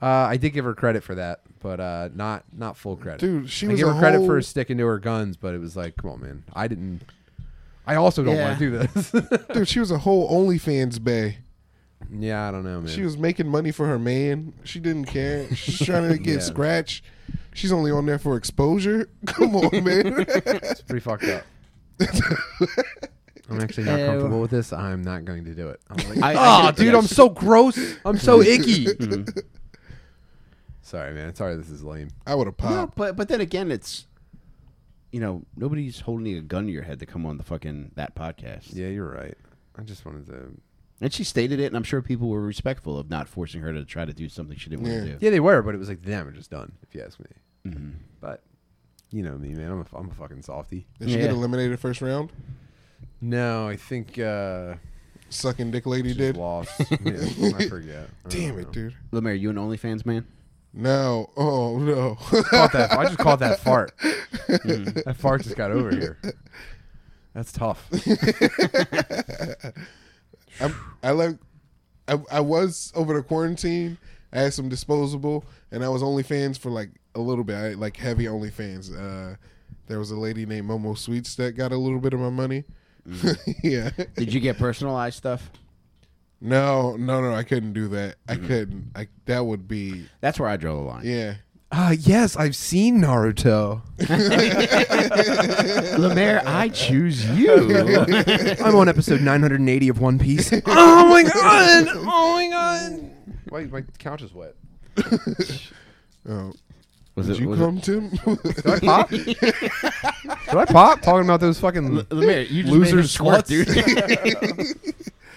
uh, I did give her credit for that, but uh, not not full credit.
dude? She
I
was
gave
a
her credit
whole-
for sticking to her guns, but it was like, come on, man, I didn't. I also don't want to do this.
dude. She was a whole OnlyFans bay.
yeah, I don't know, man.
She was making money for her man. She didn't care. She's trying to get
Yeah.
scratched. She's only on there for exposure. Come on, man.
it's pretty fucked up. I'm actually not
Ew.
comfortable with this. I'm not going to do it. I'm like,
I- I
oh,
can-
dude,
yes.
I'm so gross. I'm so icky. Sorry, man. Sorry, this is lame.
I would have
No,
popped.
but but then again, it's you know nobody's holding a gun to your head to come on the fucking that podcast.
Yeah, you're right. I just wanted to
And she stated it, and I'm sure people were respectful of not forcing her to try to do something she didn't
Yeah.
want to do. Mm-hmm.
Yeah, they were, but it was like the damage is done, if you ask me. But you know me, man. I'm a, I'm a fucking softy.
Did she get
Yeah.
eliminated first round?
No, I think uh,
Sucking dick lady
just
did.
lost. Yeah, I forget. I don't
Damn
know.
it, dude.
Lemaire, you an OnlyFans man?
No. Oh no.
Caught that, I just caught that fart. That fart just got over here. That's tough.
I'm, I like. I, I was over the quarantine. I had some disposable, and I was OnlyFans for like a little bit. I like heavy OnlyFans. Uh, there was a lady named Momo Sweets that got a little bit of my money.
Mm.
yeah.
Did you get personalized stuff?
No, no, no. I couldn't do that. I
Mm-hmm.
couldn't. I that would be
That's where I draw the line.
yeah.
Uh, yes, I've seen Naruto.
Lemaire, I choose you.
I'm on episode 980 of One Piece. Oh my god! Oh my god! Why my couch is wet?
Oh,
was
did
it,
you
was
come, Tim?
Did I pop? Did I pop? Talking about those fucking
it Lemaire, you just
Loser
made her squirt,
sluts.
dude.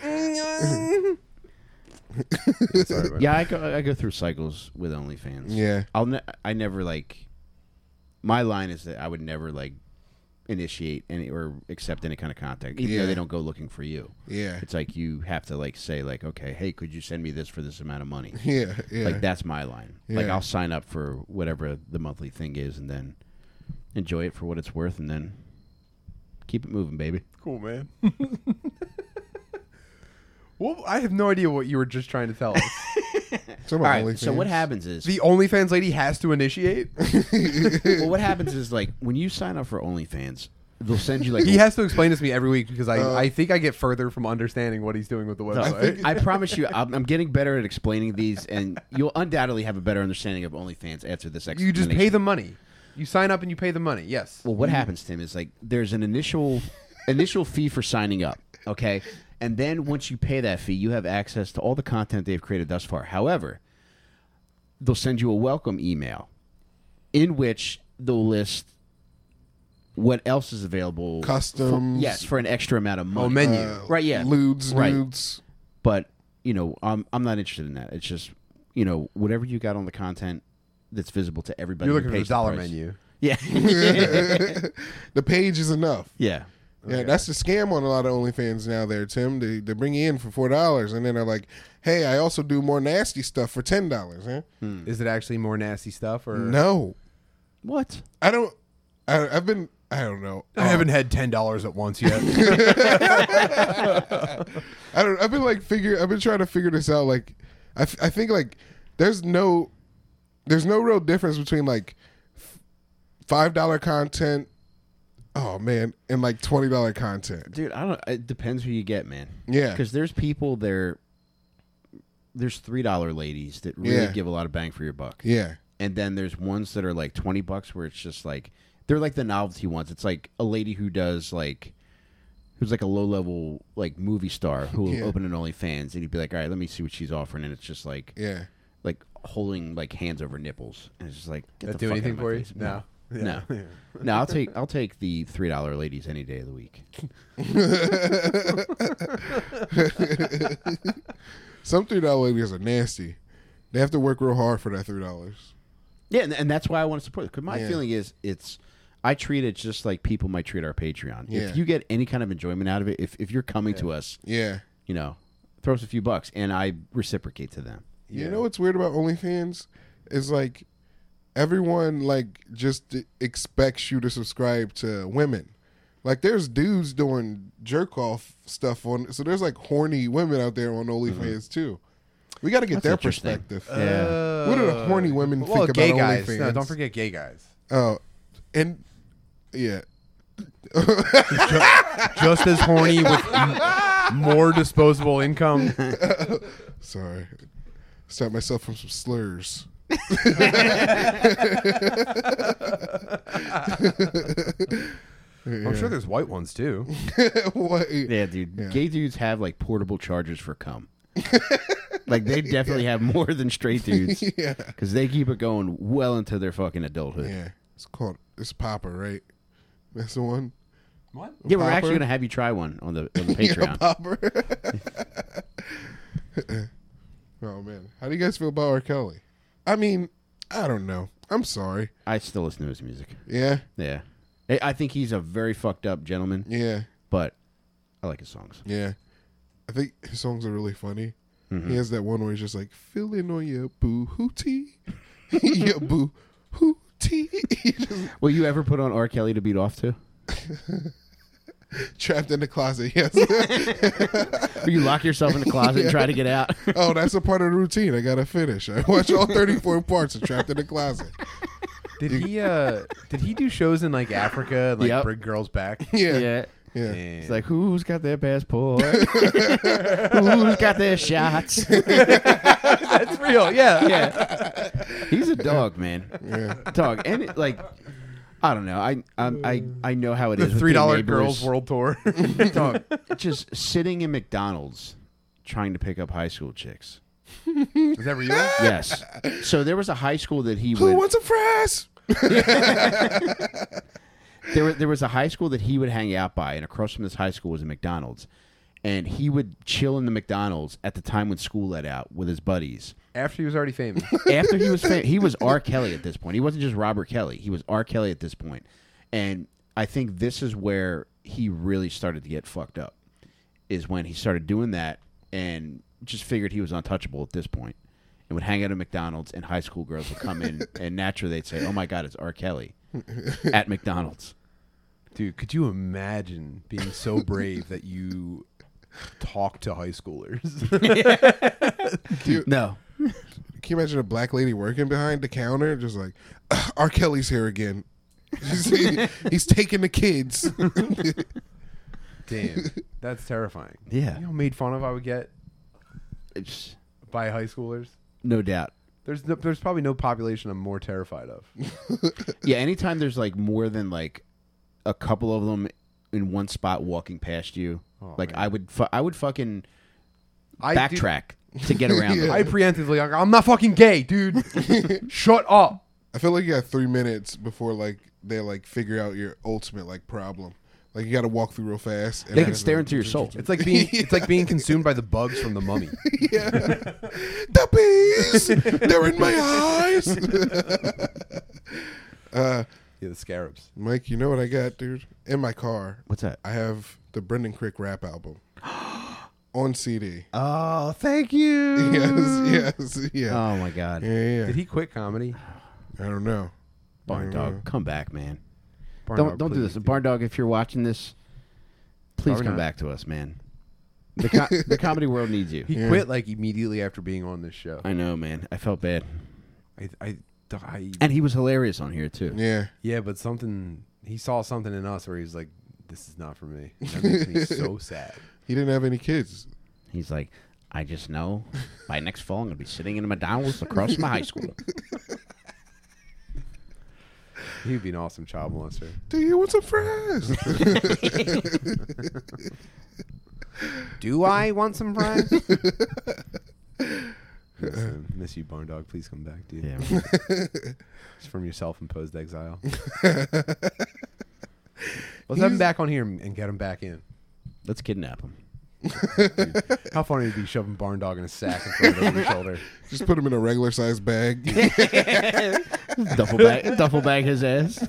Sorry, man.
yeah, I go, I go through cycles with OnlyFans.
yeah.
I'll ne- I never like. My line is that I would never like initiate any or accept any kind of contact, even
Yeah.
though they don't go looking for you.
Yeah.
It's like you have to like say like, okay, hey, could you send me this for this amount of money?
Yeah. Yeah.
Like that's my line. Like
Yeah.
I'll sign up for whatever the monthly thing is, and then enjoy it for what it's worth, and then keep it moving, baby.
Cool, man. well, I have no idea what you were just trying to tell us.
Some
All right. So
OnlyFans.
what happens is
the OnlyFans lady has to initiate.
well, what happens is like when you sign up for OnlyFans, they'll send you like
He
a-
has to explain this to me every week because I, I think I get further from understanding what he's doing with the website.
I promise you, I'm, I'm getting better at explaining these, and you'll undoubtedly have a better understanding of OnlyFans after this. Explanation.
you just pay the money. You sign up and you pay the money. Yes.
Well, what happens, Tim, is like there's an initial initial fee for signing up, okay, and then once you pay that fee, you have access to all the content they've created thus far. However, they'll send you a welcome email, in which they'll list what else is available.
Customs.
Yes, for an extra amount of money.
oh, menu.
Uh,
Right, yeah.
Lewds,
Right.
nudes.
but you know i'm i'm not interested in that it's just you know whatever you got on the content that's visible to everybody
You're
who
looking for the
pays
dollar
price.
menu.
yeah
the page is enough.
yeah
Yeah, that's the scam on a lot of OnlyFans now. There, Tim, they they bring you in for four dollars, and then they're like, "Hey, I also do more nasty stuff for ten dollars." Eh?
Is it actually more nasty stuff or
Mm-hmm.
No,
What?
I don't. I, I've been. I don't know.
I haven't had ten dollars at once yet.
I don't. I've been like figure. I've been trying to figure this out. Like, I, f- I think like there's no, there's no real difference between like f- five dollar content. Oh man, and like twenty dollar content.
Dude, I don't it depends who you get, man.
Yeah.
Cuz there's people there there's $3 ladies that really
Yeah.
give a lot of bang for your buck.
Yeah.
And then there's ones that are like 20 bucks where it's just like they're like the novelty ones. It's like a lady who does like who's like a low level like movie star who will
Yeah.
open an OnlyFans and you'd be like, "All right, let me see what she's offering." And it's just like
Yeah.
like holding like hands over nipples, and it's just like get
That
the
do
fuck
anything
out of my
for you?
face.
No.
no, no. I'll take I'll take the three dollar ladies any day of the week.
Some three dollar ladies are nasty. They have to work real hard for that three dollars.
Yeah, and, and that's why I want to support it. Because my
Yeah.
feeling is it's I treat it just like people might treat our Patreon.
Yeah.
If you get any kind of enjoyment out of it, if if you're coming to us,
Yeah.
you know, throw us a few bucks, and I reciprocate to them.
You know what's weird about OnlyFans is like everyone like just expects you to subscribe to women. Like there's dudes doing jerk off stuff on, so there's like horny women out there on OnlyFans too. We got to get
Mm-hmm. That's
their
interesting. Uh,
perspective.
Yeah.
What do the horny women
Uh, well,
think
gay
about
guys.
OnlyFans?
No, don't forget gay guys.
Oh, and yeah,
Just as horny with m- more disposable income.
sorry, stopped myself from some slurs.
I'm sure there's white ones too.
what?
Yeah, dude.
Yeah.
Gay dudes have like portable chargers for cum. like they definitely have more than straight dudes
yeah.
because they keep it going well into their fucking adulthood. Yeah,
Yeah, it's called it's Popper, right? That's the one.
What?
we're actually
Popper?
gonna have you try one on the, on the
Yeah,
Patreon.
Popper. oh man, how do you guys feel about R. Kelly? I mean, I don't know. I'm sorry.
I still listen to his music.
Yeah,
Yeah, I I think he's a very fucked up gentleman,
yeah,
but I like his songs.
yeah. I think his songs are really funny. He has that one where he's just like filling on your boo hootie, your boo hootie. He just
Will you ever put on R. Kelly to beat off to?
trapped in the closet. Yes.
Will you lock yourself in the closet and try to get out?
oh, that's a part of the routine. I gotta finish. I watch all 34 parts of Trapped in the Closet.
Did he uh did he do shows in like Africa and like
Yep.
bring girls back?
Yeah.
yeah.
Yeah.
It's like, who's got their passport? who's got their shots?
That's real, yeah.
yeah. He's a dog, man.
Yeah.
Dog. And it, like, I don't know. I I'm, I I know how it is.
The
with
three dollar
being neighbors.
girls world tour.
Dog. Just sitting in McDonald's trying to pick up high school chicks.
Is that real?
Yes. So there was a high school that he
Who
would.
wants a fries?
there, wa- there was a high school that he would hang out by, and across from this high school was a McDonald's. And he would chill in the McDonald's at the time when school let out with his buddies.
After he was already famous.
After he was fam- he was R. Kelly at this point. He wasn't just Robert Kelly. He was R. Kelly at this point. And I think this is where he really started to get fucked up. Is when he started doing that and just figured he was untouchable at this point, and would hang out at McDonald's, and high school girls would come in, and naturally they'd say, "Oh my God, it's R. Kelly at McDonald's."
Dude, could you imagine being so brave that you talk to high schoolers?
No,
Can you imagine a black lady working behind the counter, just like "Ugh, R. Kelly's here again? He's- He's taking the kids.
Damn. That's terrifying.
Yeah.
You know how made fun of I would get
It's
by high schoolers?
no doubt.
There's no, there's probably no population I'm more terrified of.
Yeah, anytime there's like more than like a couple of them in one spot walking past you, like I would, fu- I would fucking
Oh, I do-
backtrack to get around them.
I preemptively like I'm not fucking gay, dude. Shut up.
I feel like you got three minutes before like they like figure out your ultimate like problem. Like you got to walk through real fast. And
They can stare into your soul.
It's like being it's like being consumed by the bugs from the mummy.
Yeah. the bees, they're in my eyes.
Yeah, the scarabs.
Mike, you know what I got, dude? In my car,
What's that?
I have the Brendan Crick rap album on CD.
Oh, thank you.
Mm.
Yes, yes, yeah.
Oh my God,
yeah, yeah, yeah.
Did he quit comedy?
I don't know.
Barn Dog, come back, man.
Barn
don't
Dog,
don't do
please
this, Barn Dog. If you're watching this, please
Probably
come
not.
back to us, man. The, co- the comedy world needs you.
He quit like immediately after being on this show.
I know, man. I felt bad,
I, I, I-
and he was hilarious on here too.
Yeah.
yeah, but something he saw something in us where he was like, "This is not for me." And That makes me so sad.
He didn't have any kids.
He's like, I just know by next fall I'm gonna be sitting in a McDonald's across from my high school.
He'd be an awesome child molester.
Do you want some fries?
Do I want some fries? miss, him. Miss you, Barn Dog. Please come back, dude.
Yeah,
It's from your self-imposed exile. Let's have him back on here and get him back in.
let's kidnap him.
How funny would it be shoving Barn Dog in a sack and throwing it over your shoulder?
Just put him in a regular sized bag.
Duffel bag, duffel bag his ass.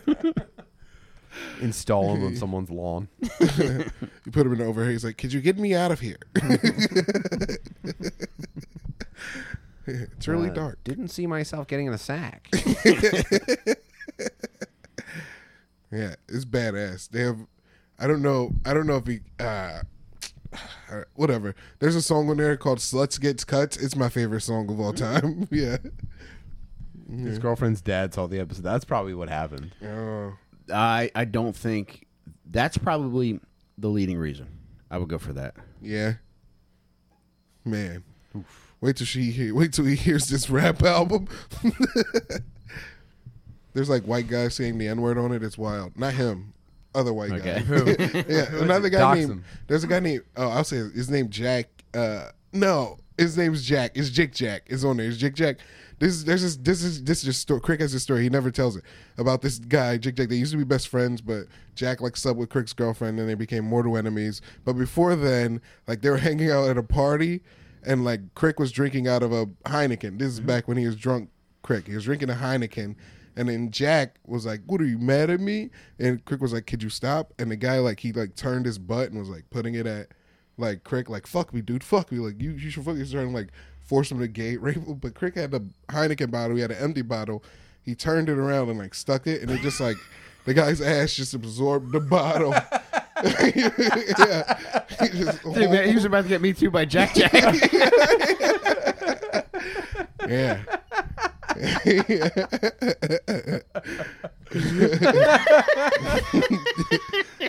Install him on someone's lawn.
You put him in over here. He's like, "Could you get me out of here?" it's really
Uh,
dark.
Didn't see myself getting in a sack.
Yeah, it's badass. They have, I don't know, I don't know if he, uh, whatever. There's a song on there called "Sluts Gets Cuts." It's my favorite song of all time. yeah.
His girlfriend's dad saw the episode. That's probably what happened.
Oh,
I I don't think that's probably the leading reason. I would go for that.
yeah. Man, wait till she hear, wait till he hears this rap album. There's like white guys saying the n word on it. It's wild. Not him. Other white
Okay.
guy. yeah, another guy
Dox
named.
him.
There's a guy named. Oh, I'll say his, his name Jack. Uh, no, his name's Jack. It's Jick Jack. It's on there. It's Jick Jack. This is there's this this is this is just story. Crick has this story. He never tells it about this guy Jick Jack. They used to be best friends, but Jack like slept with Crick's girlfriend, and they became mortal enemies. But before then, like they were hanging out at a party, and like Crick was drinking out of a Heineken. This is back when he was drunk. Crick. He was drinking a Heineken. And then Jack was like, "What are you mad at me?" And Crick was like, "Could you stop?" And the guy like he like turned his butt and was like putting it at like Crick, like "Fuck me, dude, fuck me." Like you, you should fucking trying to like force him to gate rape. him. But Crick had the Heineken bottle. He had an empty bottle. He turned it around and like stuck it, and it just like the guy's ass just absorbed the bottle. yeah, he just,
was about to get me too by Jack Jack.
yeah.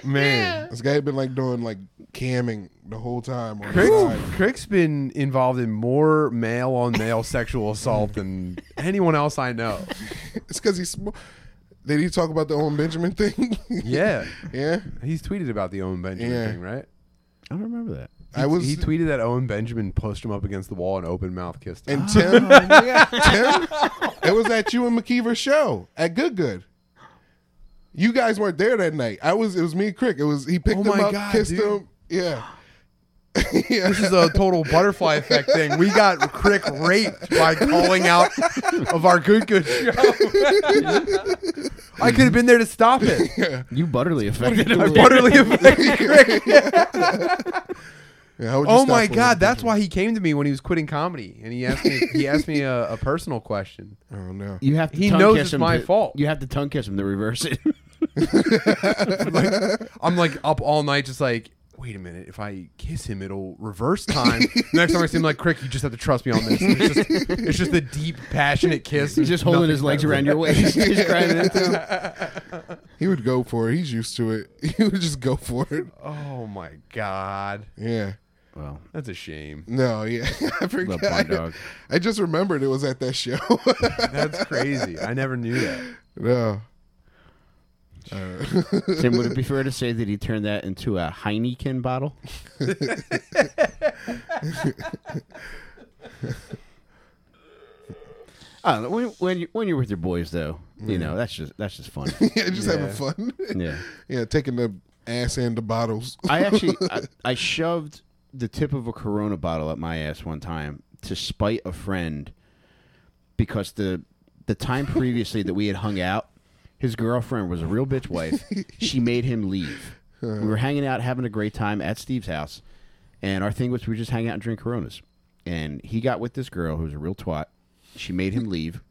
Man.
This guy had been like doing like camming the whole time. On the
Crick,
side.
Crick's been involved in more male on male sexual assault than anyone else I know.
It's because he's small. Did he talk about the Owen Benjamin thing?
Yeah.
yeah.
He's tweeted about the Owen Benjamin
Yeah.
thing, right?
I don't remember that.
I was.
He tweeted that Owen Benjamin pushed him up against the wall and open mouth kissed him.
and Tim, Tim, it was at you and McKeever's show at Good Good. You guys weren't there that night. I was. It was me and Crick. It was. He picked
Oh
him
my
up,
God,
kissed
dude.
him. Yeah. yeah.
This is a total butterfly effect thing. We got Crick raped by calling out of our good good show. I could have been there to stop it.
You butterly affected
I
him.
butterly affected Crick.
Yeah, how would you
Oh
stop
my
Owen
god, that's why he came to me when he was quitting comedy, and he asked me he asked me a, a personal question.
Benjamin? Oh no.
You have to
He
tongue
knows
kiss
it's
him
my
to-
fault.
You have to tongue kiss him to reverse it.
I'm like up all night, just like wait a minute, if I kiss him, it'll reverse time. The next time I see him, like Crick, you just have to trust me on this. And It's just, it's just a deep, passionate kiss.
He's just holding his legs around your waist. He's grabbing it.
He would go for it. He's used to it. He would just go for it.
Oh my god,
Yeah.
Well,
that's a shame.
No. Yeah. I
Love Barn
forgot.
Dog.
I just remembered it was at that show.
That's crazy. I never knew that.
no.
Tim, would it be fair to say that he turned that into a Heineken bottle? I don't know. When, when you when you're with your boys, though, you know that's just that's just fun.
yeah, just having fun.
Yeah,
Yeah, taking the ass and the bottles.
I actually I, I shoved the tip of a Corona bottle up my ass one time to spite a friend because the the time previously that we had hung out, His girlfriend was a real bitch wife. she made him leave. We were hanging out, having a great time at Steve's house, and our thing was we just hang out and drink Coronas. And he got with this girl who was a real twat. She made him leave.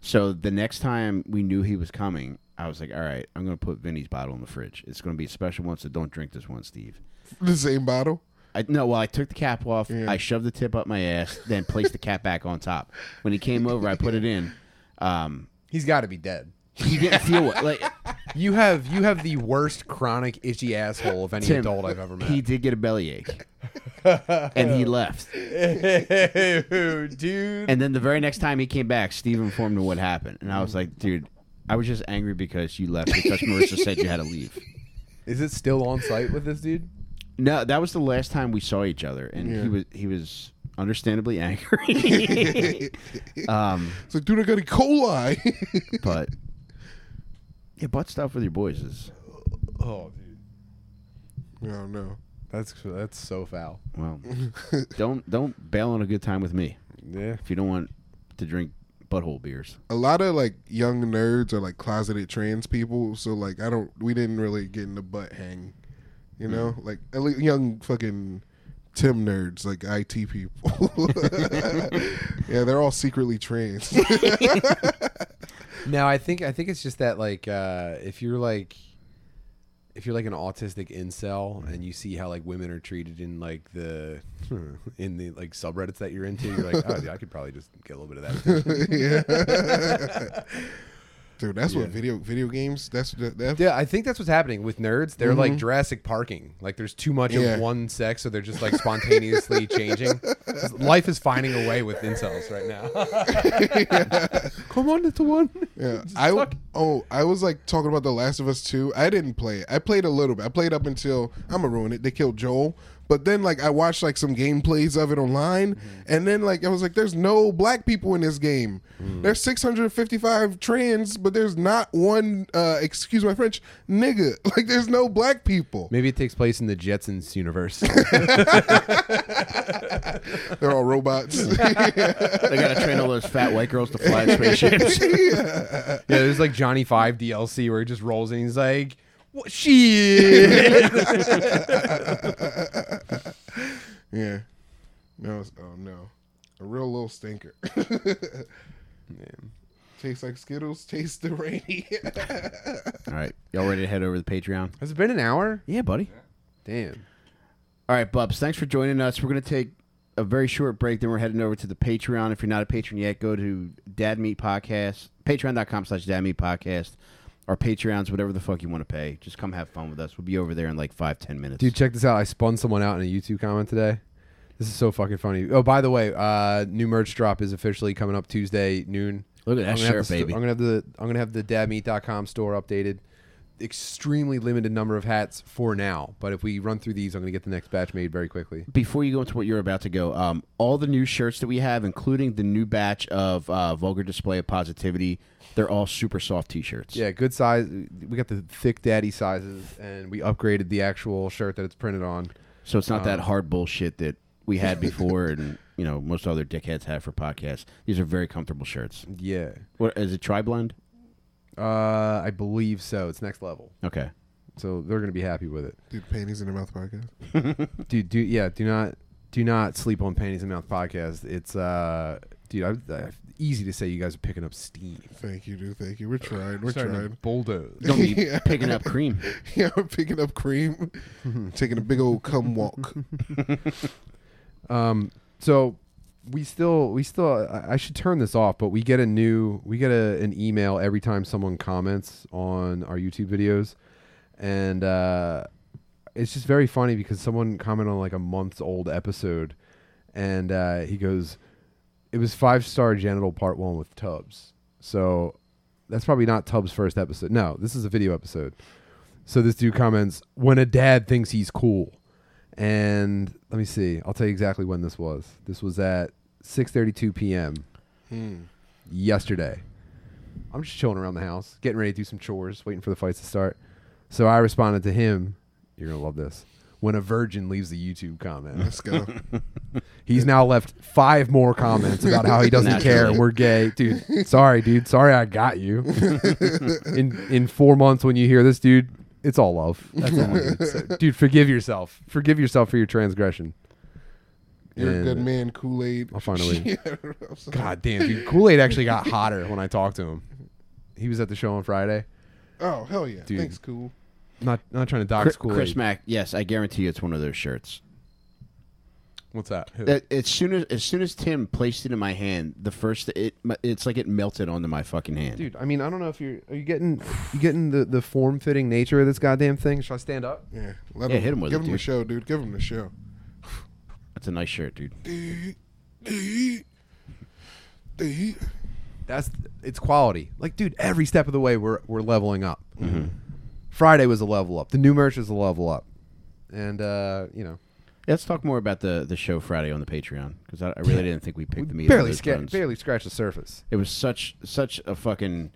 So the next time we knew he was coming, I was like, "All right, I'm going to put Vinny's bottle in the fridge. It's going to be a special one, so don't drink this one, Steve."
The same bottle.
I no, well, I took the cap off.
Yeah.
I shoved the tip up my ass, then placed the cap back on top. When he came over, I put it in. Um,
He's got to be dead.
he didn't feel it. Like
You have you have the worst chronic itchy asshole of any
Tim,
adult I've ever met.
he did get a bellyache, and he left.
Ew, dude.
And then the very next time he came back, Steve informed him what happened, and I was like, "Dude, I was just angry because you left because Marissa said you had to leave."
Is it still on site with this dude?
No, that was the last time we saw each other, and
Yeah.
he was he was understandably angry. um,
It's like, dude, I got E. coli.
but yeah, butt stuff with your boys is
Oh, dude.
oh no.
That's that's so foul.
Well, don't don't bail on a good time with me
Yeah.
if you don't want to drink butthole beers.
a lot of like young nerds are like closeted trans people, so like I don't we didn't really get in the butt hang, you know, like at least young fucking Tim nerds like IT people. yeah, they're all secretly trans.
No, I think I think it's just that like uh, if you're like if you're like an autistic incel and you see how like women are treated in like the in the like subreddits that you're into, you're like, oh, dude, I could probably just get a little bit of that.
yeah. Dude, that's
Yeah.
what video video games. That's the- that.
Yeah, I think that's what's happening with nerds. They're like Jurassic Parking. Like there's too much
Yeah.
of one sex, so they're just like spontaneously changing. Life is finding a way with incels right now. Come on, little one.
Yeah, I oh I was like talking about The Last of Us two. I didn't play it. I played a little bit. I played up until I'm gonna ruin it. They killed Joel, but then like I watched like some gameplays of it online, and then like I was like, there's no black people in this game. There's 655 trans, but there's not one. uh Excuse my French, nigga. Like there's no black people.
Maybe it takes place in the Jetsons universe.
They're all robots.
They gotta train all those fat white girls to fly in spaceships.
Yeah, there's like Johnny Five DLC where he just rolls in. He's like, "What shit?"
yeah. No. it's- Oh no. A real little stinker. Tastes like Skittles. Tastes the rainy.
All right, y'all ready to head over to the Patreon?
Has it been an hour?
Yeah, buddy.
Damn.
All right, Bubs, thanks for joining us. We're gonna take a very short break, then we're heading over to the Patreon. If you're not a patron yet, go to Dad Meat Podcast, patreon.com slash Dad Meat Podcast. Our Patreons, whatever the fuck you want to pay. Just come have fun with us. We'll be over there in like five, ten minutes.
Dude, check this out. I spun someone out in a YouTube comment today. This is so fucking funny. Oh, by the way, uh, new merch drop is officially coming up Tuesday noon.
Look at that
I'm gonna have
shirt,
the sto-
baby.
I'm gonna have the I'm gonna have the dabmeat.com store updated. Extremely limited number of hats for now, but if we run through these, I'm gonna get the next batch made very quickly.
before you go into what you're about to go, um, all the new shirts that we have, including the new batch of uh, Vulgar Display of Positivity, they're all super soft T-shirts.
Yeah, good size. We got the thick daddy sizes, and we upgraded the actual shirt that it's printed on.
So it's not that
Uh-huh.
hard bullshit that we had before, and you know most other dickheads have for podcasts. These are very comfortable shirts.
Yeah,
What is it? Tri blend?
uh, I believe so. It's next level,
Okay.
so they're gonna be happy with it.
Dude, panties in the mouth podcast.
Dude, do yeah, do not do not sleep on panties and mouth podcast. It's uh, dude, I, I, easy to say you guys are picking up steam.
Thank you, dude. Thank you. We're trying. We're
Starting to
trying.
bulldoze.
Don't be picking up cream.
Yeah, we're picking up cream, taking a big old cum walk.
Um, so we still we still I, I should turn this off, but we get a new we get a, an email every time someone comments on our YouTube videos, and uh, it's just very funny because someone commented on like a month's old episode, and uh, he goes, "It was five star genital part one with Tubbs." So that's probably not Tubbs' first episode. No, this is a video episode. So this dude comments, "When a dad thinks he's cool." and let me see. I'll tell you exactly when this was. This was at 6:32 p.m. Hmm.
Hmm.
yesterday. I'm just chilling around the house, getting ready to do some chores, waiting for the fights to start. So I responded to him. You're gonna love this. when a virgin leaves the YouTube comment.
Let's go.
He's now left five more comments about how he doesn't care and we're gay. Dude, sorry, dude. Sorry I got you. in in four months when you hear this, dude, it's all love. That's all it is. So, dude, forgive yourself. Forgive yourself for your transgression.
You're a good
And-
man, Kool Aid.
I'll find a link.
I'm sorry.
God damn, dude. Kool Aid actually got hotter when I talked to him. He was at the show on Friday.
Oh hell yeah!
Dude.
Thanks, cool.
Not not trying to
Chri-
dox Kool
Chris
Aid.
Mack. Yes, I guarantee you, it's one of those shirts.
What's that? Who?
That- As soon as as soon as Tim placed it in my hand, the first it it's like it melted onto my fucking hand.
Dude, I mean, I don't know if you're are you getting you getting the the form fitting nature of this goddamn thing. Should I stand up?
Yeah, let
Yeah, hit him with
give
it,
him the
dude.
show, dude. Give him the show.
That's a nice shirt, dude.
That's it's quality. Like, dude, every step of the way we're we're leveling up.
Mm-hmm.
Friday was a level up. The new merch is a level up, and uh, you know,
Let's talk more about the the show Friday on the Patreon because I, I really didn't think we picked the meat. of
barely
those
sca-
bones.
barely scratch the surface.
It was such such a fucking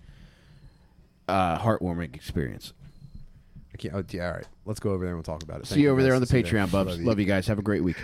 uh, heartwarming experience.
I can't, oh, yeah, all right, let's go over there and we'll talk about it.
See you over there on the Patreon, Bubs. Love you guys. Have a great week.